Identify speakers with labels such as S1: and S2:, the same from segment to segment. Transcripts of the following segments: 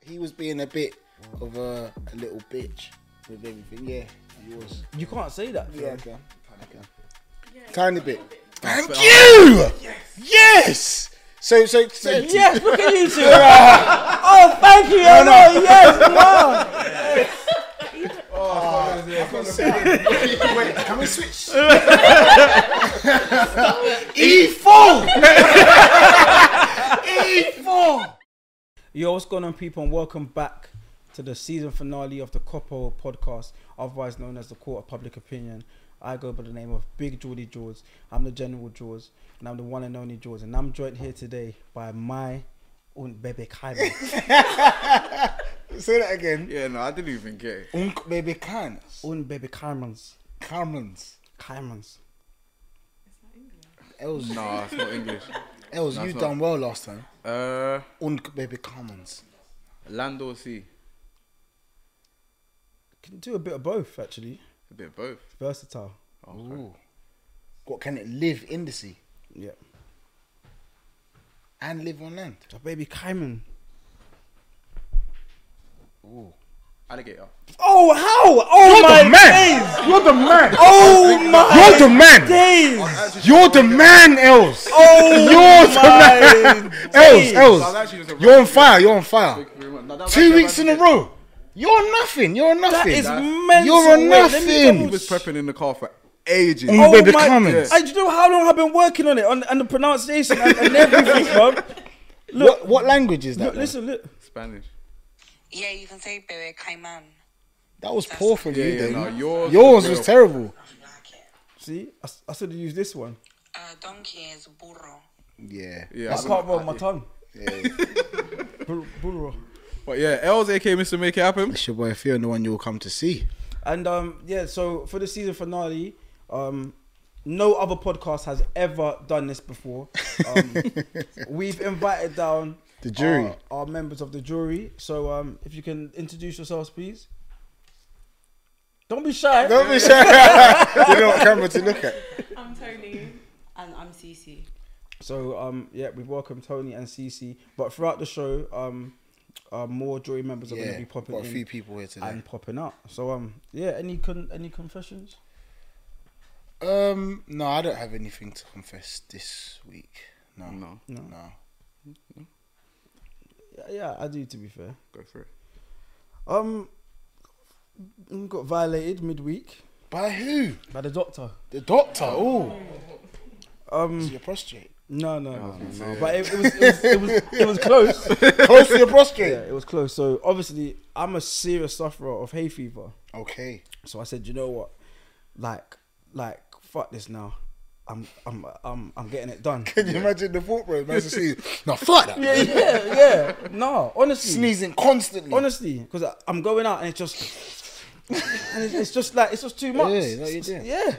S1: he was being a bit of a, a little bitch with everything. Yeah, he was.
S2: You can't say that.
S1: Yeah, okay. Tiny bit. Thank
S2: But-
S1: you. Yes. So so, so
S2: Yes, look at you two. oh, thank you, Emma. Yes, no.
S1: wait, can we switch? E four. E four.
S2: Yo, what's going on, people, and welcome back to the season finale of the Coppo podcast, otherwise known as the Court of Public Opinion. I go by the name of Big Geordie Jaws. I'm the General Jaws, and I'm the one and only Jaws, and I'm joined here today by my und Bebe Kaiba.
S1: Say that again.
S3: Yeah, no, I didn't even get it.
S1: Unk baby can.
S2: und Bebe Kaimans.
S1: Carmen's.
S2: Kaimans.
S1: Els,
S3: No, it's not English.
S1: Els,
S3: No,
S1: you
S3: it's
S1: done well last time.
S3: Uh,
S1: Unk baby Carmen's.
S3: Lando C.
S2: Can do a bit of both, actually.
S3: A bit of both.
S2: Versatile.
S1: Ooh. What can it live in the sea
S2: Yeah.
S1: and live on land?
S2: The baby Kaiman.
S1: Ooh.
S3: Alligator.
S2: Oh, how? Oh my days!
S1: You're the man.
S2: Oh my
S1: You're the man.
S2: days!
S1: You're the man, Els.
S2: Oh
S1: You're the
S2: my
S1: man. Els,
S2: days.
S3: That
S1: Els.
S3: actually was a
S1: You're on fire. You're on fire.
S3: No, that was
S1: Two
S3: actually
S1: weeks in a
S3: Alligator.
S1: row. You're nothing. You're
S2: That
S1: nothing.
S2: is mental.
S1: You're a
S2: Wait, let me
S1: nothing.
S2: double
S3: He was prepping in the car for ages.
S1: Mm.
S2: Oh
S1: with the
S2: my,
S1: comments.
S2: I do you know how long I've been working on it on, and the pronunciation and, and everything, bro. Look,
S1: what, what language is that?
S2: look
S1: though?
S2: listen, look.
S3: Spanish.
S4: Yeah, you can say Bebe Cayman.
S1: that was poor from
S3: Yeah,
S1: you,
S3: yeah,
S1: then.
S3: no, yours
S1: yours
S3: was
S1: was
S3: real.
S1: terrible.
S4: I like it.
S2: See, I, s- I should have used this one.
S4: Uh, donkey is burro.
S1: Yeah.
S3: Yeah,
S2: I
S3: I
S2: can't roll
S3: I-
S2: my tongue.
S1: yeah.
S2: Bur- burro.
S3: But yeah, Els, aka Mr. Make It Happen.
S1: It's your boy Fear, and the one you'll come to see.
S2: And um, yeah, so for the season finale, um, no other podcast has ever done this before. Um, we've invited down
S1: The jury.
S2: our, our members of the jury. So um, if you can introduce yourselves, please. Don't be shy.
S1: Don't be shy. you know what camera to look at.
S5: I'm Tony. And I'm Cece.
S2: So um, yeah, we welcome Tony and Cece. But throughout the show, um, uh, more jury members are going to
S1: Yeah,
S2: be popping
S1: got a
S2: in
S1: few people here today.
S2: and popping out. So um, yeah, any con- any confessions?
S1: Um, no, I don't have anything to confess this week. No,
S3: No,
S1: no.
S2: Yeah, yeah, I do. To be fair.
S3: go for it.
S2: Um, got violated midweek
S1: By who?
S2: by the doctor.
S1: The doctor. Oh,
S3: Mm.
S1: to
S2: Um,
S1: your prostrate.
S2: no, no, no,
S1: Oh,
S2: no. But it, it, was, it was it was it was close.
S1: Close to your prostrate.
S2: yeah, it was close. So obviously, I'm a serious sufferer of hay fever.
S1: Okay.
S2: So I said, you know what, like, like, fuck this now. I'm, I'm, I'm, I'm getting it done.
S1: Can you imagine the thought, bro? Man, see. No, fuck that.
S2: yeah, yeah, yeah. No, honestly,
S1: Sneezing constantly.
S2: honestly, because I'm going out and it's just, and it's, it's just like it's just too much.
S1: Yeah, no, you did.
S2: Yeah.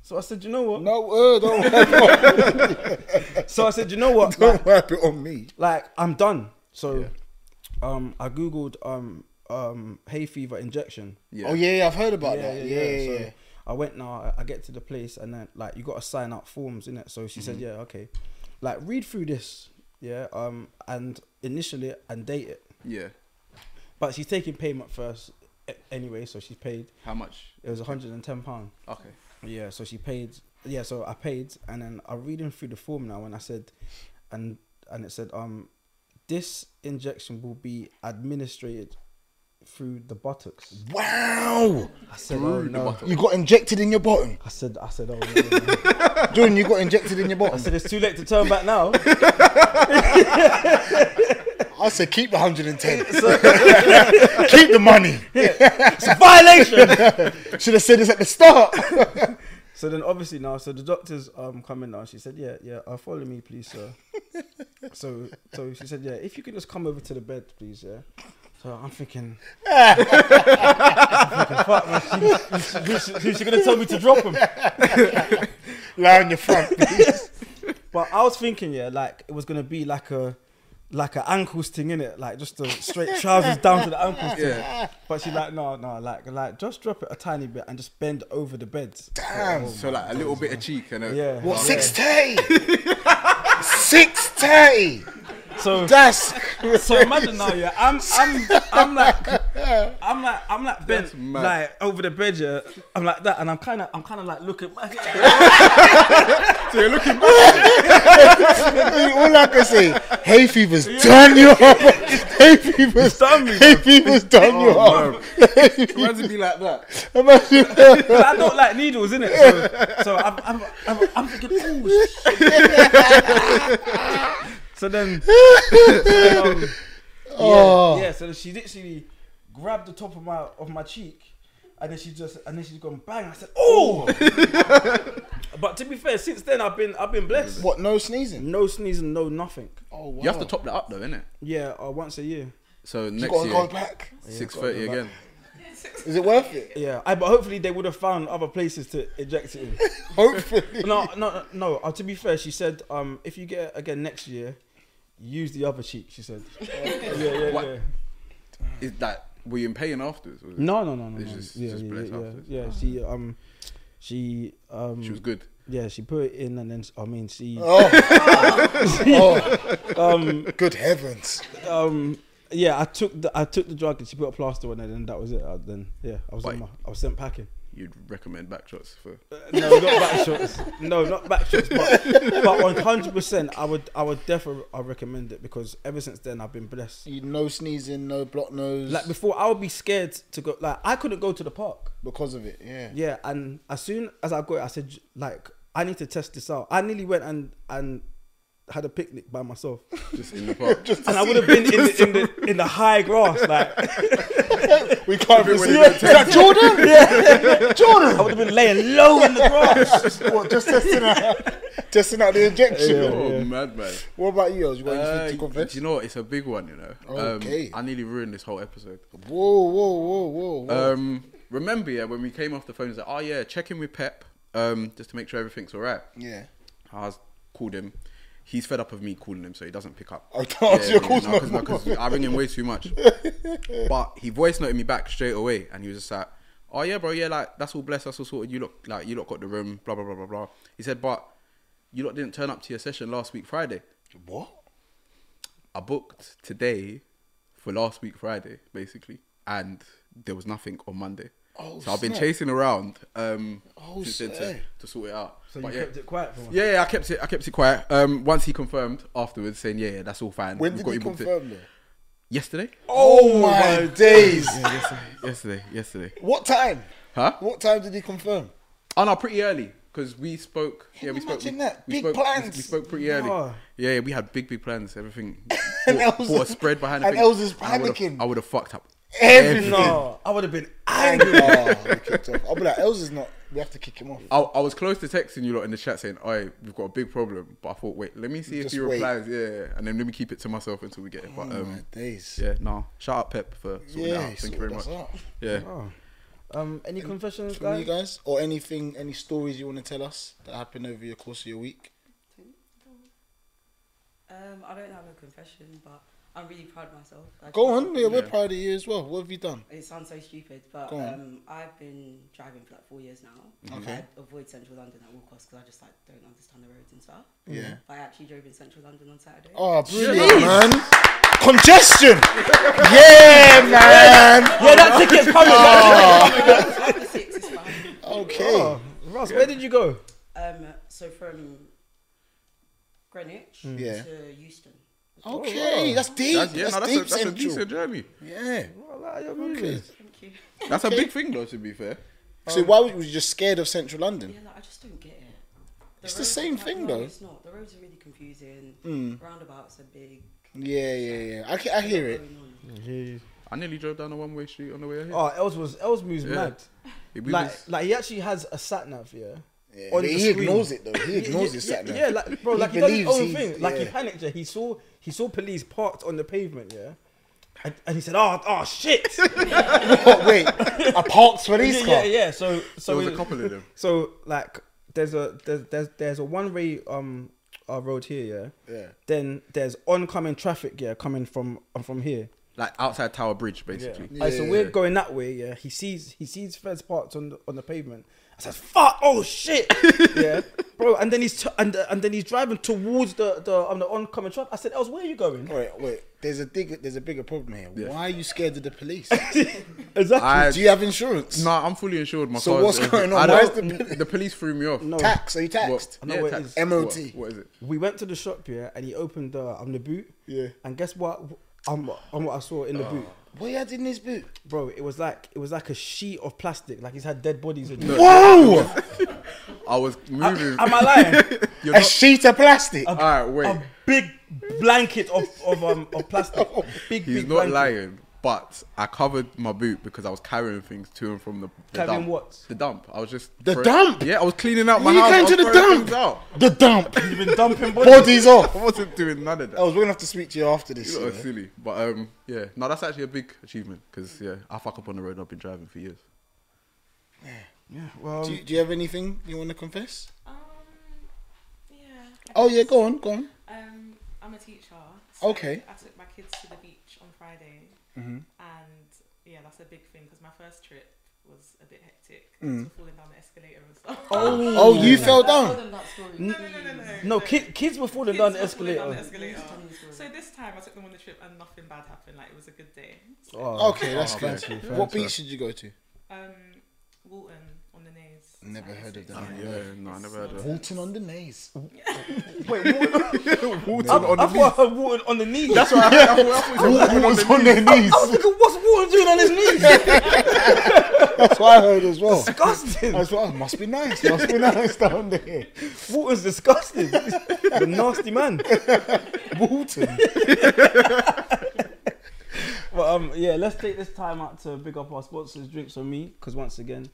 S2: So I said, you know what?
S1: No, uh, don't wipe it on-
S2: So I said, you know what? Like,
S1: don't wipe it on me.
S2: like I'm done. So, um, I googled um um hay fever injection.
S3: Yeah.
S1: Oh yeah, yeah, I've heard about that. Yeah, yeah, yeah.
S2: So I went now. I- I get to the place, and then like you got to sign out forms in it. So she
S1: Mm-hmm.
S2: said, "Yeah, okay." Like read through this, yeah, um, and initial it and date it.
S3: Yeah.
S2: But she's taking payment first a- anyway, so she's paid.
S3: How much?
S2: It was 110 pound.
S3: Okay.
S2: Yeah, so she paid. Yeah, so I paid, and then I'm reading through the form now, and I said, and and it said, um, this injection will be administered through the buttocks.
S1: Wow,
S2: I said, oh
S3: Through the
S2: no.
S3: bottom.
S1: you got injected in your bottom,
S2: I said, I said, oh no. no."
S1: Jordan. You got injected in your
S2: I
S1: bottom.
S2: said it's too late to turn back now.
S1: I said keep the 110. keep the money.
S2: It's a violation.
S1: Should have said this at the start.
S2: so then, obviously now, so the doctor's um coming now. She said, "Yeah, yeah, uh, follow me, please, sir." so, so she said, "Yeah, if you could just come over to the bed, please, yeah." So I'm thinking, I'm thinking, fuck, man, she, who's, she, who's she gonna tell me to drop him?
S1: Lie on your front.
S2: But I was thinking, yeah, like it was gonna be like a, like a ankles thing in it, like just the straight trousers down to the ankles thing.
S3: Yeah.
S2: But she like, no, no, like, like just drop it a tiny bit and just bend over the bed.
S1: Damn.
S3: So like a little bit of cheek and a
S2: Yeah.
S1: What, 630? 630.
S2: So
S1: That's
S2: So imagine now, yeah, I'm, I'm, I'm like, I'm like, I'm like bent,
S3: That's mad.
S2: like over the bed, yeah. I'm like that, and I'm kind of, I'm kind of like looking.
S3: So you're looking back.
S1: All I can say, hay fever's done you up. Hay fever's
S2: done me,
S1: Hay fever's done you up.
S3: Reminds me like that.
S1: Imagine-
S2: But I don't like needles, innit? So, so I'm, I'm, I'm, I'm thinking, oh shit. so then, so, um, yeah,
S1: Oh.
S2: yeah. So then she literally grabbed the top of my of my cheek, and then she just and then she's gone bang. I said, oh. but to be fair, since then I've been I've been blessed.
S1: What? No sneezing.
S2: No sneezing, no nothing.
S1: Oh wow.
S3: You have to top that up though, innit?
S2: Yeah, uh, once a year.
S3: So
S1: You
S3: next
S1: gotta go
S3: year,
S1: back.
S3: six thirty again.
S1: Is it worth it?
S2: Yeah, I, but hopefully they would have found other places to eject it in.
S1: Hopefully.
S2: no, no, no. Uh, to be fair, she said, um, if you get it again next year, use the other cheek. She said, yeah, yeah,
S3: What?
S2: yeah.
S3: Is that were you in pain afterwards? was it?
S2: No, no, no, no.
S3: It's
S2: no.
S3: just-
S2: yeah,
S3: just
S2: yeah,
S3: blessed
S2: yeah,
S3: afterwards.
S2: yeah. yeah. She, um, she, um,
S3: She was good.
S2: yeah, she put it in, and then I mean, she,
S1: Oh. oh.
S2: um,
S1: Good heavens.
S2: um, yeah, I took the I took the drug, and she put a plaster on it, and that was it. Uh, then yeah, I was on
S3: Wait.
S2: my, I was sent packing.
S3: You'd recommend back shots for
S2: No, not back shots. No, not back shots. But but one hundred percent, I would I would definitely I recommend it because ever since then I've been blessed.
S1: You no sneezing, no block nose.
S2: Like before, I would be scared to go. Like I couldn't go to the park.
S1: because of it, yeah.
S2: Yeah, and as soon as I got it, I said like I need to test this out. I nearly went and and had a picnic by myself,
S3: just in the park. just
S2: and I would have been in the, in the in the high grass. Like
S1: We can't
S3: Everybody
S1: receive
S3: got
S1: it. Is that Jordan? Yeah. Jordan.
S2: I would have been laying low in the grass.
S1: What, just testing out, testing out the injection.
S2: Yeah.
S3: oh mad man.
S1: What about you? Els? You got
S3: Uh,
S1: anything to
S3: do
S1: confess?
S3: you know what? It's a big one, you know. Um,
S1: Okay.
S3: I nearly ruined this whole episode.
S1: Whoa, whoa, whoa, whoa. whoa.
S3: Um, remember, yeah, when we came off the phone, he's like, "Oh yeah, check in with Pep, um, just to make sure everything's all right."
S1: yeah.
S3: I was called him. He's fed up of me calling him, so he doesn't pick up.
S1: I can't Oh, answer your calls no
S3: no, 'cause- no, 'cause I ring him way too much. but he voice noted me back straight away, and he was just like, "Oh yeah, bro, yeah, like that's all blessed, that's all sorted. You look like you lot got the room, blah blah blah blah blah." He said, "But you lot didn't turn up to your session last week Friday.
S1: What?
S3: I booked today for last week Friday, basically, and there was nothing on Monday."
S1: Oh,
S3: so I've been
S1: snap.
S3: chasing around um,
S1: Oh,
S3: since then to,
S1: snap.
S3: to sort it out.
S2: So you
S3: But yeah.
S2: kept it quiet for once.
S3: Yeah, yeah, I kept it. I kept it quiet. Um, once he confirmed afterwards, saying, "Yeah, yeah, that's all fine."
S1: When
S3: We've
S1: did
S3: got
S1: you
S3: you booked it."
S1: confirm that?
S3: Yesterday.
S1: Oh my days.
S3: Yeah, yesterday, yesterday, yesterday.
S1: What time?
S3: Huh?
S1: What time did he confirm?
S3: Oh no, pretty early because we spoke. Yeah, we spoke.
S1: Imagine
S3: we,
S1: that,
S3: we
S1: big
S3: spoke, we-
S1: plans.
S3: We, spoke pretty early.
S2: No.
S3: Yeah, yeah, we had big, big plans. Everything.
S1: And
S3: bought,
S1: Els-
S3: bought a spread behind.
S1: and
S3: everything.
S1: Els is
S3: I would've-
S1: panicking.
S3: I would have fucked up.
S1: Everything.
S2: No, I would have been
S1: Dang.
S2: angry.
S1: oh, we kicked off. I'll be like, Els is not. We have to kick him off.
S3: I, I was close to texting you lot in the chat saying, "Oi, we've got a big problem," but I thought, "Wait, let me see
S1: Just
S3: if he
S1: wait. Oh
S3: replies." Yeah, yeah, yeah, and then let me keep it to myself until we get it. But
S1: my
S3: um,
S1: days.
S3: yeah, nah. Shout out Pep for sorting it
S1: Yeah,
S3: out.
S1: he
S3: Thank you
S1: sorted
S3: very much.
S1: us out.
S3: Yeah.
S2: Oh. Um, any confessions,
S1: From you
S2: guys?
S1: guys, or anything, any stories you want to tell us that happened over the course of your week?
S5: Um, I don't have a confession, but I'm really proud of myself. Like,
S1: Go on, yeah, we're
S3: Yeah.
S1: proud of you as well. What have you done?
S5: It sounds so stupid, but
S1: Go on. Mm-hmm.
S5: um, I've been driving for like four years now.
S1: Okay.
S5: I avoid central London at all costs because I just like don't understand the roads and stuff.
S1: Yeah.
S5: But I actually drove in central London on Saturday.
S1: Oh, brilliant, man. Congestion. yeah, man.
S2: Yeah, that ticket's coming.
S5: It's after six, it's fine.
S1: Okay.
S2: Oh, Ross, where did you go?
S5: Um, so from Greenwich
S1: Mm. Yeah.
S5: to Euston.
S1: Okay, that's deep.
S3: That's,
S1: That's,
S3: yeah, no, that's,
S1: deep
S3: a, that's a
S1: central.
S3: decent journey.
S1: Yeah.
S2: Okay.
S5: Thank you.
S3: That's a big thing, though. To be fair,
S1: So why were you just scared of central London?
S5: Yeah, like, I just don't get it.
S1: It's the
S5: roads-
S1: same
S5: no,
S1: thing,
S5: no,
S1: though. Mm.
S5: It's not. The roads are really confusing. Roundabouts are big.
S1: Yeah, yeah, yeah. I, ca- I hear it.
S5: Going on.
S3: I nearly drove down a one-way street on the way here.
S2: Oh, Els was Els moves
S3: Yeah.
S2: mad.
S3: We
S2: Like,
S3: was-
S2: like he actually has a sat nav, yeah.
S1: Yeah,
S2: On
S1: but
S2: the
S1: he
S2: screen.
S1: ignores it though. He
S2: Yeah,
S1: ignores
S2: yeah,
S1: his
S2: yeah,
S1: sat nav.
S2: Yeah, like bro,
S1: He
S2: like he does his
S1: believes
S2: own
S1: he's-
S2: thing. Like he
S1: yeah.
S2: panicked. Yeah. He saw he saw police parked on the pavement. Yeah, and, and he said, "Oh, oh shit!"
S1: Oh, wait, a parked police
S2: yeah,
S1: car.
S2: yeah, yeah. So so
S3: there was
S2: he-
S3: a couple of them.
S2: So like, there's a there's there's, there's a one way um uh, road here. Yeah.
S1: Yeah.
S2: Then there's oncoming traffic. Yeah, coming from uh, from here.
S3: Like outside Tower Bridge, basically.
S2: Alright, so
S1: Yeah.
S2: we're going that way. Yeah, he sees he sees Fez parked on the, on the pavement, I said, "Fuck! Oh shit! yeah, bro." And then he's t- and and then he's driving towards the the on the oncoming truck. I said, "Els, where are you going?"
S1: Wait, wait. There's a big, there's a bigger problem here.
S3: Yeah.
S1: Why are you scared of the police?
S2: exactly.
S3: I
S1: Do you have insurance?
S3: no, I'm fully insured. My
S1: So
S3: car's-
S1: what's going on?
S3: I
S1: Why
S3: don't-
S1: is the-
S3: the police threw me off?
S2: no,
S1: Tax? Are you taxed?
S2: I know what it is.
S1: MOT.
S3: What, what is it?
S2: we went to the shop here, and he opened the um the boot.
S1: Yeah. Oh.
S2: And guess what? Um, um what I saw in the boot,
S1: What you had in this boot?
S2: bro. It was like it was like a sheet of plastic. Like he's had dead bodies. in it.
S1: Whoa!
S3: I was moving.
S2: Am I lying?
S3: You're
S1: a
S3: not,
S1: sheet of plastic.
S3: all right, wait.
S2: a big blanket of of um of plastic. Big
S3: He's
S2: big
S3: not
S2: blanket.
S3: lying, but I covered my boot because I was carrying things to and from the, the
S2: Carrying
S3: dump.
S2: what?
S3: The dump. I was just
S1: The
S3: throwing-
S1: dump?
S3: Yeah, I was cleaning out my
S1: you
S3: house. I
S1: came
S3: was
S1: to the
S3: throwing
S1: dump.
S3: things out.
S1: The dump.
S2: You've been dumping bodies.
S1: Bodies off.
S3: I wasn't doing none of that.
S1: I was gonna have to speak to you after this.
S3: You lot are
S1: you know.
S3: silly, but um, yeah. No, that's actually a big achievement because yeah, I fuck up on the road. I've been driving for years.
S2: Yeah, well,
S1: Do you, do you have anything you want to confess?
S5: Um, yeah.
S1: Oh yeah, go on, go on.
S5: Um, I'm a teacher.
S1: Okay. Mm-hmm.
S5: I took my kids to the beach on Friday, and yeah, that's a big thing because my first trip was a bit hectic. 'cause
S1: Mm.
S5: we were falling down the escalator and stuff.
S2: oh,
S1: Oh, you fell
S6: I told
S1: down.
S6: them that story.
S5: no, no, no, no, no.
S2: no, ki- kids were falling
S5: Kids
S2: down the
S5: were falling down the
S2: escalator.
S5: escalator.
S6: Please tell me the story.
S5: So this time I took them on the trip and nothing bad happened. Like it was a good day.
S2: Oh,
S1: Okay, that's
S3: Oh,
S1: good.
S3: okay.
S1: What
S3: Fair,
S1: beach did you go to?
S5: Um, Walton on the nays.
S1: Never heard of that.
S3: Yeah, no, I never heard of that.
S1: Walton on the Naze.
S2: Wait, water,
S3: Walton
S2: I,
S3: on
S2: I
S3: the
S2: thought I heard water on the knees.
S3: That's what I heard. I thought- I thought you said walking on the
S1: on their knees.
S2: I was thinking, what's water doing on his knees?
S1: That's what I heard as well.
S2: disgusting.
S1: That's what. oh, Must be nice. Must be nice down there.
S2: Water's disgusting. the nasty man.
S1: Walton.
S2: But um, yeah, let's take this time out to big up our sponsors. Drinks on me, because once again,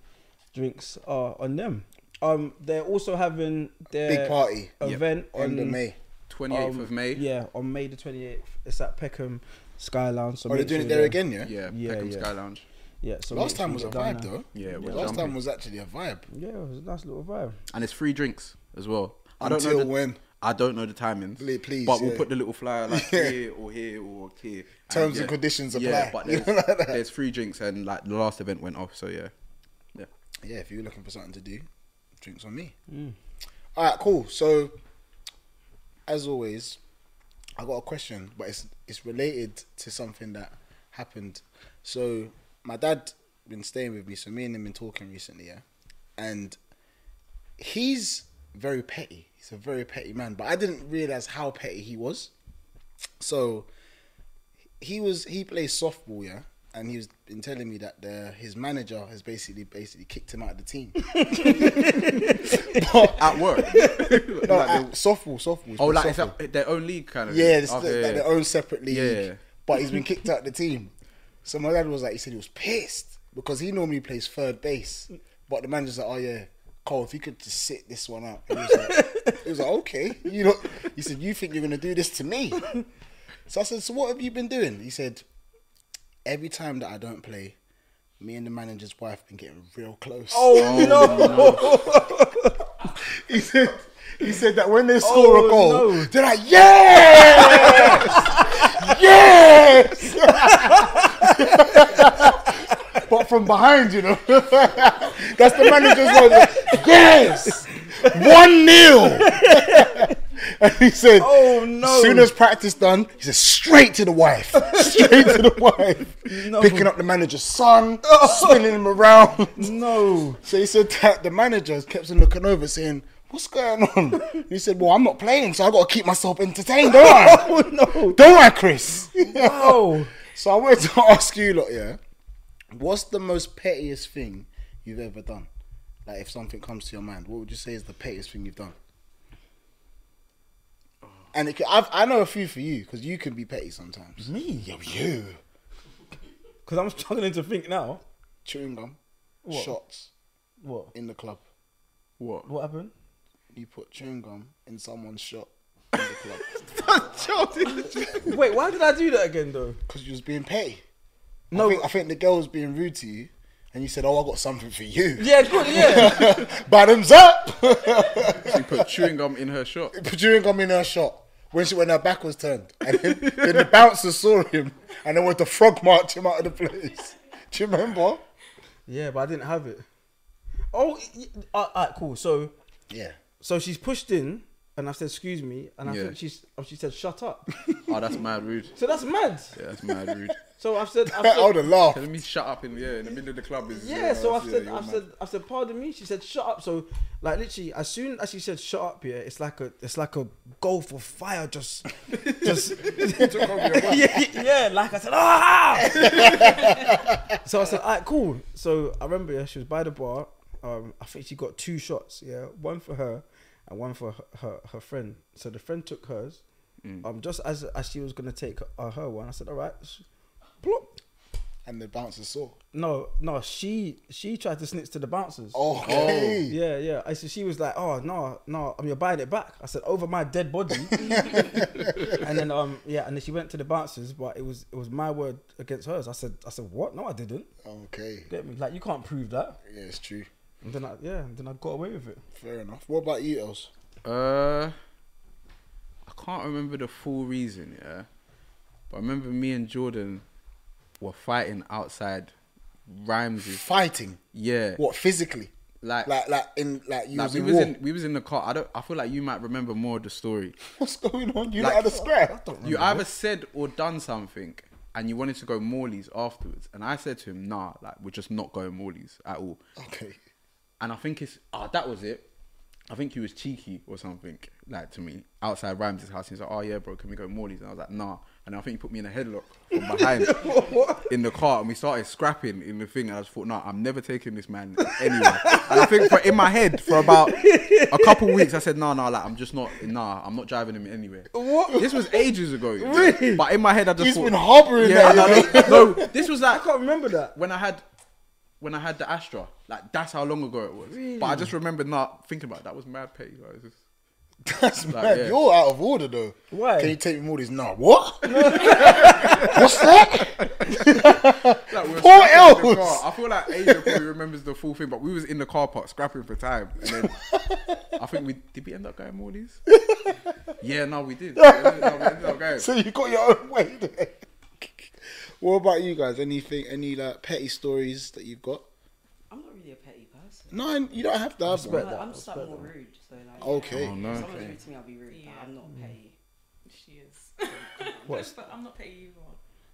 S2: drinks are on them. Um, they're also having their
S1: Big party.
S2: event on
S3: Oh,
S1: End of May.
S3: Twenty eighth
S2: um,
S3: of May.
S2: Yeah, on May the twenty eighth. It's at Peckham Sky Lounge. So
S1: Are they
S2: make
S1: Oh, doing
S2: sure
S1: it there
S2: you're-
S1: again? Yeah.
S3: yeah,
S2: Yeah,
S3: Peckham
S2: yeah.
S3: Sky Lounge.
S2: Yeah. So
S1: Last
S2: make sure
S1: time
S2: you
S1: was a
S2: get down
S1: vibe
S2: there.
S1: though.
S3: Yeah, it was
S1: Last
S3: jumping.
S1: time was actually a vibe.
S2: Yeah, it was a nice little vibe.
S3: and it's free drinks as well. I don't
S1: Until
S3: know the-
S1: when?
S3: I don't know the timings.
S1: Please- please,
S3: but we'll
S1: yeah.
S3: put the little flyer like
S1: Yeah.
S3: here or here or here. And
S1: Terms and conditions
S3: Yeah,
S1: apply.
S3: but
S1: You
S3: there's,
S1: know, like that.
S3: there's free drinks and like the last event went off, so yeah, yeah.
S1: Yeah, if you're looking for something to do, drinks on me. All right, cool. So, as always, I got a question, but it's it's related to something that happened. So, my dad been staying with me, so me and him been talking recently, yeah, and he's very petty. He's a very petty man, but I didn't realize how petty he was. So, he was he plays softball, yeah, and he was been telling me that the, his manager has basically basically kicked him out of the team.
S3: At work.
S1: No,
S3: Like
S1: uh,
S3: the-
S1: softball, softball.
S3: oh, like
S1: softball.
S3: it's like their own league kind of.
S1: yeah, it's
S3: Okay,
S1: like
S3: yeah,
S1: their own separate league.
S3: Yeah.
S1: But he's been kicked out the team. So my dad was like, he said he was pissed because he normally plays third base, but the manager's like, oh yeah, Cole, if you could just sit this one out. He was like, he was like okay, you know. He said, you think you're gonna do this to me? So I said, so what have you been doing? He said, every time that I don't play, me and the manager's wife been getting real close.
S2: Oh, no.
S1: He said, he said that when they score
S2: Oh,
S1: a goal,
S2: no.
S1: they're like, yes, yes. but from behind, you know, that's the manager's word. like, yes, one nil. and he said,
S2: Oh, no.
S1: As soon as practice done, he said, straight to the wife, straight to the wife,
S2: No.
S1: picking up the manager's son, spinning him around.
S2: No.
S1: So he said that the manager kept on looking over, saying, "What's going on?" he said, "Well, I'm not playing, so I got to keep myself entertained, don't I?
S2: Oh no.
S1: don't I, Chris?"
S2: No.
S1: so I wanted to ask you lot, yeah, what's the most pettiest thing you've ever done? Like, if something comes to your mind, what would you say is the pettiest thing you've done? And it, can- I've, I know a few for you because you can be petty sometimes. Me? Yo, you.
S2: Because I'm struggling to think now.
S1: Chewing gum,
S2: What?
S1: shots
S2: What?
S1: in the club.
S3: What?
S2: What happened?
S1: You put chewing gum in someone's shot in the club.
S2: Wait, why did I do that again though?
S1: Because you was being petty. No, I
S2: No.
S1: think, I think the girl was being rude to you, and you said, "Oh, I got something for you."
S2: Yeah, good, yeah.
S1: Bottoms up.
S3: She put chewing gum in her shop.
S1: During gum in her shot when she when her back was turned, and then, then the bouncer saw him, and then went to frog march him out of the place. Do you remember?
S2: yeah, but I didn't have it. Oh, y- uh, uh, cool. So,
S1: Yeah.
S2: so she's pushed in, and I said, "Excuse me," and I
S3: Yeah.
S2: think she's, oh, she said, "Shut up."
S3: Oh, that's mad rude.
S2: so that's mad.
S3: Yeah, that's mad rude.
S2: So I've said, I've
S1: I would
S2: said
S1: have laughed.
S3: Telling me shut up in yeah in the middle of the club is
S2: yeah. So I've
S3: that's-
S2: said,
S3: yeah,
S2: I've
S3: you're
S2: said, I said, "Pardon me." She said, "Shut up." So, like, literally, as soon as she said, "Shut up," yeah, it's like a, it's like a gulf of fire just, just.
S3: mad. Took over your mic.
S2: yeah, yeah, like I said, ah! so I said, all right, cool. So I remember yeah, she was by the bar. Um, I think she got two shots, yeah, one for her and one for her, her, her friend. So the friend took hers.
S3: Mm.
S2: Um, just as as she was gonna take uh, her one, I said, all right, She- plop.
S1: And the bouncer saw.
S2: No, no, she she tried to snitch to the bouncers.
S3: Oh,
S1: Okay.
S2: Yeah, yeah. I so she was like, "Oh no, no, I'm you're buying it back." I said, "Over my dead body." and then um yeah, and then she went to the bouncers, but it was it was my word against hers. I said I said what? No, I didn't.
S3: Oh.
S1: Okay.
S2: Get me? Like you can't prove that.
S1: Yeah, it's true.
S2: And then I yeah, and then I got away with it.
S1: Fair enough. What about you, Els?
S3: Uh, I can't remember the full reason, yeah. But I remember me and Jordan were fighting outside Rhymes.
S1: Fighting.
S3: Yeah,
S1: What physically?
S3: like
S1: Like,
S3: like,
S1: like in like you was
S3: we
S1: in
S3: was
S1: war.
S3: in we was in the car. I don't. I feel like you might remember more of the story.
S1: What's going on? You
S3: Like-
S1: like, had a scrap.
S3: You either said or done something, and you wanted to go Morley's afterwards. And I said to him, Nah, like we're just not going Morley's at all.
S1: Okay.
S3: And I think it's ah, that was it. I think he was cheeky or something, like to me, outside Rams' house. He was like, Oh yeah, bro, can we go Morley's? And I was like, nah. And I think he put me in a headlock from behind in the car and we started scrapping in the thing. And I just thought, nah, I'm never taking this man anywhere. and I think for in my head for about a couple weeks, I said, nah, nah, like I'm just not nah, I'm not driving him anywhere.
S2: What?
S3: This was ages ago. you know? But in my head I just
S1: He's
S3: thought,
S1: been harboring
S3: yeah,
S1: that.
S3: no,
S1: you know?
S3: no, no, this was
S2: I
S3: like
S2: can't remember that.
S3: when I had when I had the Astra, like that's how long ago it was. But I just remember not thinking about it. that was mad petty. Like, it's just,
S1: That's mad.
S3: yeah.
S1: You're out of order though.
S2: Why?
S1: Can you take me more this? Nah. What? What's that?
S3: like, we were
S1: Poor
S3: scrapping in the
S1: Els.
S3: car. I feel like Asia probably remembers the full thing, but we was in the car park scrapping for time, and then I think we did we end up going Morley's. yeah, no, we did. Yeah, no, we ended up going.
S1: So you got your own way there. What about you guys? Anything? Any like petty stories that you've got?
S6: I'm not really a petty person.
S1: No, you don't have to have one.
S2: Respect.
S6: Like,
S2: that,
S6: I'm just like
S2: respect
S6: more rude. So like,
S1: Okay.
S3: Oh,
S6: if
S3: no,
S6: someone's
S3: okay.
S6: rude to me, I'll be rude.
S5: Yeah.
S6: But I'm not petty.
S5: She is.
S2: What?
S5: but I'm not petty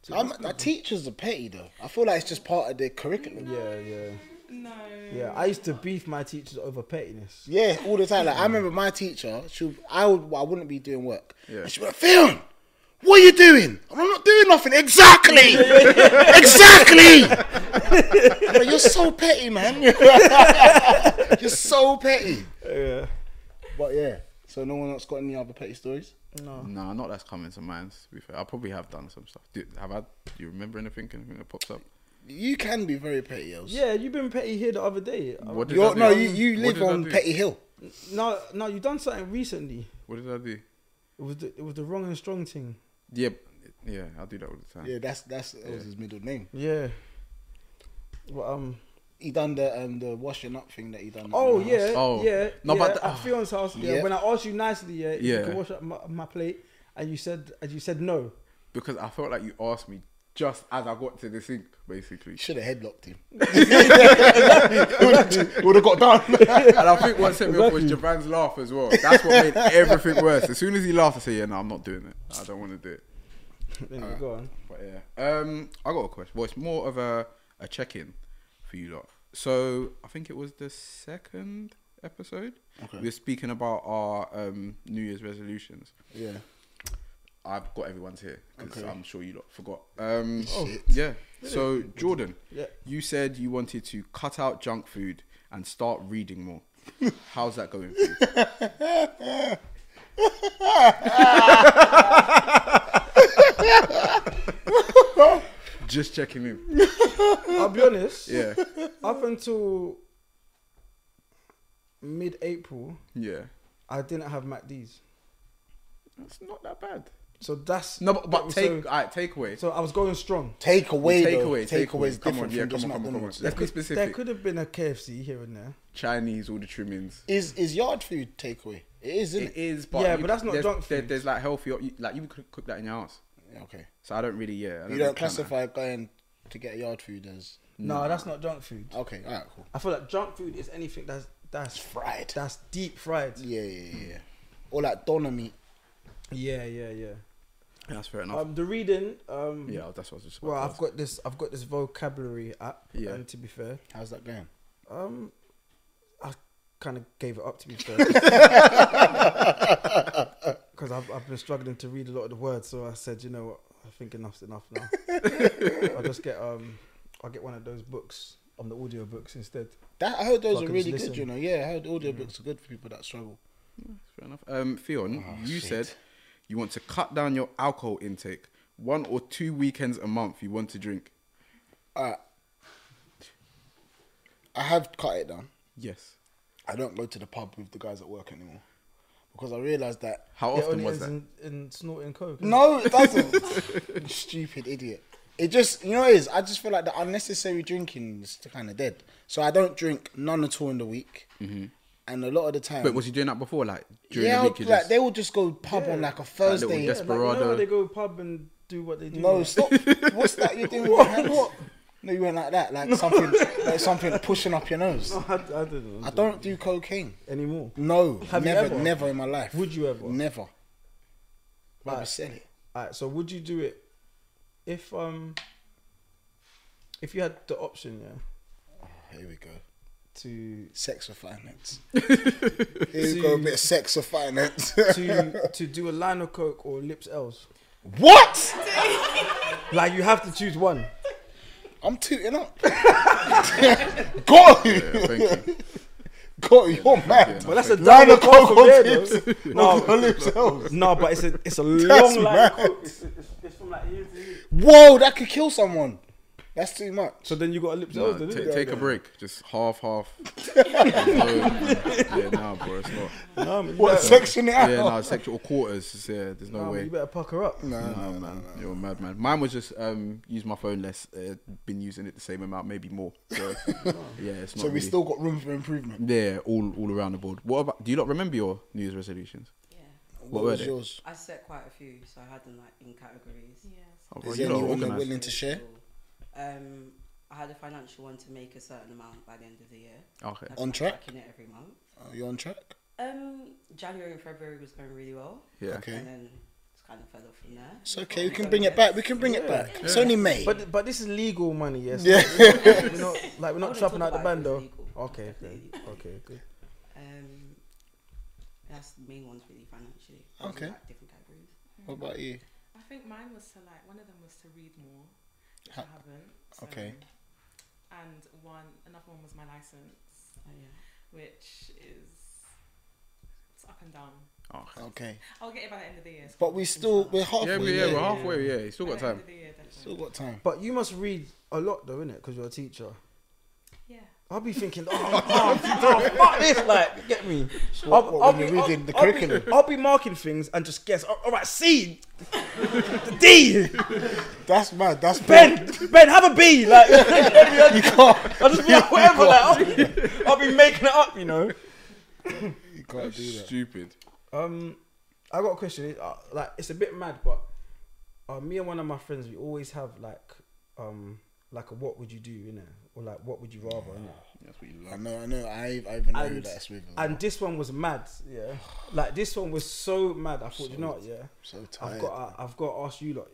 S5: either.
S1: I'm, the teachers are petty though. I feel like it's just part of their curriculum.
S2: Yeah, yeah,
S5: No.
S2: yeah. I used to beef my teachers over pettiness.
S1: Yeah, all the time. Like I remember my teacher. She, I would, I wouldn't be doing work.
S3: Yeah.
S1: And she would film. What are you doing? I'm not doing nothing. Exactly. exactly. I'm like, You're so petty, man. You're so petty.
S2: Yeah.
S1: But yeah. So no one else got any other petty stories?
S2: No.
S3: Nah, not that's coming to mind. To be fair, I probably have done some stuff. Dude, have I? Do you remember anything? Anything that pops up?
S1: You can be very petty, Els.
S2: Yeah, you've been petty here the other day.
S3: What did I
S1: You're,
S3: do?
S1: no, you, you
S3: What
S1: live
S3: did I
S1: on
S3: do?
S1: Petty Hill.
S2: No, no, you done something recently.
S3: What did I do?
S2: It was the, it was the wrong and strong thing.
S3: Yeah, yeah, I do that all the time.
S1: Yeah, that's that's that was his middle name.
S2: Yeah. But, um.
S1: He done the um the washing up thing that he done. at
S2: Oh
S1: my house.
S2: yeah.
S3: Oh.
S2: Yeah.
S3: No,
S2: yeah,
S3: but th-
S2: at Fion's house. Yeah,
S1: Yeah.
S2: When I asked you nicely, yeah, if you
S3: Yeah.
S2: could wash up my, my plate, and you said, and you said no.
S3: because I felt like you asked me just as I got to the sink, basically.
S1: Should have headlocked him. would have got done.
S3: And I think what set me off was Javan's laugh as well. That's what made everything worse. As soon as he laughed, I said, "Yeah, no, I'm not doing it. I don't want to do it."
S2: Then you go on.
S3: But yeah, um, I got a question. Well, it's more of a a check-in for you lot. So I think it was the second episode.
S1: Okay.
S3: We were speaking about our um, New Year's resolutions.
S1: yeah.
S3: I've got everyone's here because
S1: Okay.
S3: I'm sure you lot forgot. Um,
S1: Shit.
S3: yeah. So Jordan,
S2: Yeah.
S3: you said you wanted to cut out junk food and start reading more. How's that going? For you? Just checking in.
S2: I'll be honest.
S3: Yeah,
S2: Up until mid-April,
S3: yeah.
S2: I didn't have MacD's,
S3: That's not that bad.
S2: so that's
S3: No, but, but take uh,
S2: So,
S3: alright, takeaway.
S2: so I was going strong.
S1: Take away.
S3: Take
S1: Take
S3: away,
S1: away.
S3: take
S1: Take
S3: away.
S1: away is
S3: Come on,
S1: different
S3: yeah,
S1: from
S3: come
S1: just
S3: on, come on, come on.
S1: McDonald's.
S3: Let's be
S1: Yeah.
S3: specific.
S2: There could have been a KFC here and there.
S3: Chinese, all the trimmings.
S1: Is is yard food takeaway? It is, isn't
S3: It
S1: it?
S3: is, but
S2: Yeah,
S3: you
S2: but that's not
S3: there's,
S2: junk
S3: there-
S2: food.
S3: there's like healthy, like you could cook that in your house.
S1: Yeah, Okay.
S3: So I don't really, yeah. I
S1: You
S3: really
S1: don't
S3: count that.
S1: classify going to get yard food as
S3: Mm.
S2: No, that's not junk food.
S1: okay. All right, cool.
S2: I feel like junk food is anything that's that's
S1: Fried.
S2: that's deep fried.
S1: Yeah, yeah, yeah, yeah. Or like doner meat.
S2: Yeah, yeah, yeah.
S3: that's fair enough.
S2: Um, the reading. Um,
S3: yeah, that's what I was just. About
S2: Well,
S3: to
S2: I've
S3: ask.
S2: got this. I've got this vocabulary app.
S3: Yeah.
S2: And to be fair,
S1: How's that going?
S2: um, I kind of gave it up. To be fair, because I've I've been struggling to read a lot of the words. So I said, you know what, I think enough's enough now. I'll just get um, I'll get one of those books on the audio books instead.
S1: That I heard those
S2: So I
S1: are
S2: can
S1: really
S2: just
S1: good. You
S2: listen.
S1: know, yeah, I heard audiobooks are good for people that struggle.
S3: Fair enough. Um, Theon,
S1: Oh,
S2: Ah,
S3: you
S1: shit.
S3: said you want to cut down your alcohol intake. One or two weekends a month you want to drink.
S1: I have cut it down.
S3: Yes.
S1: I don't go to the pub with the guys at work anymore because I realized that.
S3: How
S2: It
S3: often
S2: only
S3: was
S2: ends
S3: that?
S2: in, in snorting coke. isn't
S1: No, it doesn't. Stupid idiot. It just, you know, what it is. I just feel like the unnecessary drinking is kind of dead. So I don't drink none at all in the week, mm-hmm. and a lot of the time.
S3: But was you doing that before? Like during
S1: yeah,
S3: the week? You
S1: like
S3: just,
S1: they would just go pub on like a Thursday.
S3: little
S2: it? Yeah, like, you know
S3: Desperado.
S2: how they go pub and do what they do.
S1: No,
S2: like-
S1: stop. What's that you're doing with your hands? No, you went like that, like something, like something pushing up your nose.
S2: I, I don't. know.
S1: I don't do cocaine.
S2: anymore.
S1: No,
S2: Have you
S1: never,
S2: ever?
S1: never in my life.
S2: Would you ever?
S1: Never. Rather
S2: Right.
S1: sell it.
S2: Alright, so would you do it if um if you had the option, yeah,
S1: Here we go.
S2: to
S1: Sex or finance. Here we go. A bit of sex or finance.
S2: to to do a line of coke or lips L's?
S1: what?
S2: Like you have to choose one.
S1: I'm tooting up. Got you.
S3: Yeah, thank you.
S1: Got you. You're mad.
S2: Well, that's a
S1: Line
S2: line
S1: of
S2: of
S1: coke
S2: coke
S1: or
S2: from there, though.
S1: No,
S2: No, no, but it's a it's a long
S1: That's
S2: line.
S1: mad.
S2: Of coke. It's, it's, it's from like years to years.
S1: Whoa, that could kill someone. That's too much.
S2: So then you got a lips
S3: No,
S2: L's, didn't
S3: ta-
S2: you?
S3: take a break. Just half, half. no, yeah, nah, bro, it's not.
S2: No, man, you
S1: What,
S2: better,
S1: section it out?
S3: Yeah, nah, sexual quarters. it's, Yeah, there's no
S2: no, man,
S3: way.
S2: you better pucker up.
S1: No,
S3: Nah,
S1: no, no,
S3: Oh, man, you're a madman. Mine was just um, use my phone less. Uh, been using it the same amount, maybe more. So yeah, it's not.
S1: So we
S3: really-
S1: still got room for improvement.
S3: Yeah, all all around the board. What about? Do you not remember your New Year's resolutions?
S6: Yeah.
S1: What,
S3: were
S1: was
S3: they?
S1: yours?
S6: I set quite a few, so I had them like in categories.
S5: Yes.
S3: Oh, bro,
S1: Is
S3: you're
S1: there
S3: not
S1: anyone that
S3: organised.
S1: willing to share?
S6: Um, I had a financial one to make a certain amount by the end of the year.
S3: Okay.
S6: I've
S1: On
S6: been
S1: track?
S6: Tracking it every month.
S1: Are you Oh, on track?
S6: Um, January and February was going really well.
S3: Yeah.
S1: Okay.
S6: And then it's kind of fell off from there.
S1: It's okay. We can bring it back. We can bring it back. It's only May.
S2: But but this is legal money, yes.
S1: Yeah.
S2: we're not like we're
S6: I
S2: not
S6: wouldn't
S2: trapping out
S6: talk
S2: the
S6: about it,
S2: band
S6: it's
S2: though.
S6: legal.
S2: Okay, okay,
S6: Definitely legal.
S2: okay, good.
S6: Um, that's the main ones really financially. Those are,
S1: Okay.
S6: like, different categories.
S1: what about you?
S5: I think mine was to like one of them was to read more, which
S1: Ha-
S5: I haven't.
S1: okay.
S5: And one another one was my license,
S6: Oh yeah.
S5: which is it's up and down.
S3: Okay.
S1: Okay.
S5: I'll get it by the end of the year. so
S1: But we
S5: it's
S1: still
S5: not-
S1: we're
S5: by
S1: halfway.
S3: Yeah, we, yeah,
S1: there.
S3: we're halfway. Yeah, you still got
S5: the end
S3: time.
S5: of the year, definitely.
S1: Still got time.
S2: But you must read a lot though, innit? Because you're a teacher.
S5: yeah.
S2: I'll be thinking, oh, oh, oh, fuck this, like, you get me. I'll,
S1: What, when you're reading the
S2: I'll be-
S1: curriculum?
S2: I'll be, marking things and just guess. All all right, C, the D,
S1: That's mad. That's bad.
S2: Ben, Ben, have a B. Like,
S1: You can't.
S2: I'll just be like, whatever. Like, I'll be, I'll be making it up, you know.
S1: You can't do that.
S3: Stupid.
S2: Um, I got a question. It- Uh, like, it's a bit mad, but uh, me and one of my friends, we always have like, um, like a what would you do, you know, or like what would you rather, innit?
S3: That's what you
S1: I
S3: love.
S1: know. I know. I I even know who
S2: And-
S1: that's with.
S2: And this one was mad, yeah. Like this one was so mad. I thought, you know what, yeah.
S1: so tired.
S2: I've got, I, I've got to ask you lot.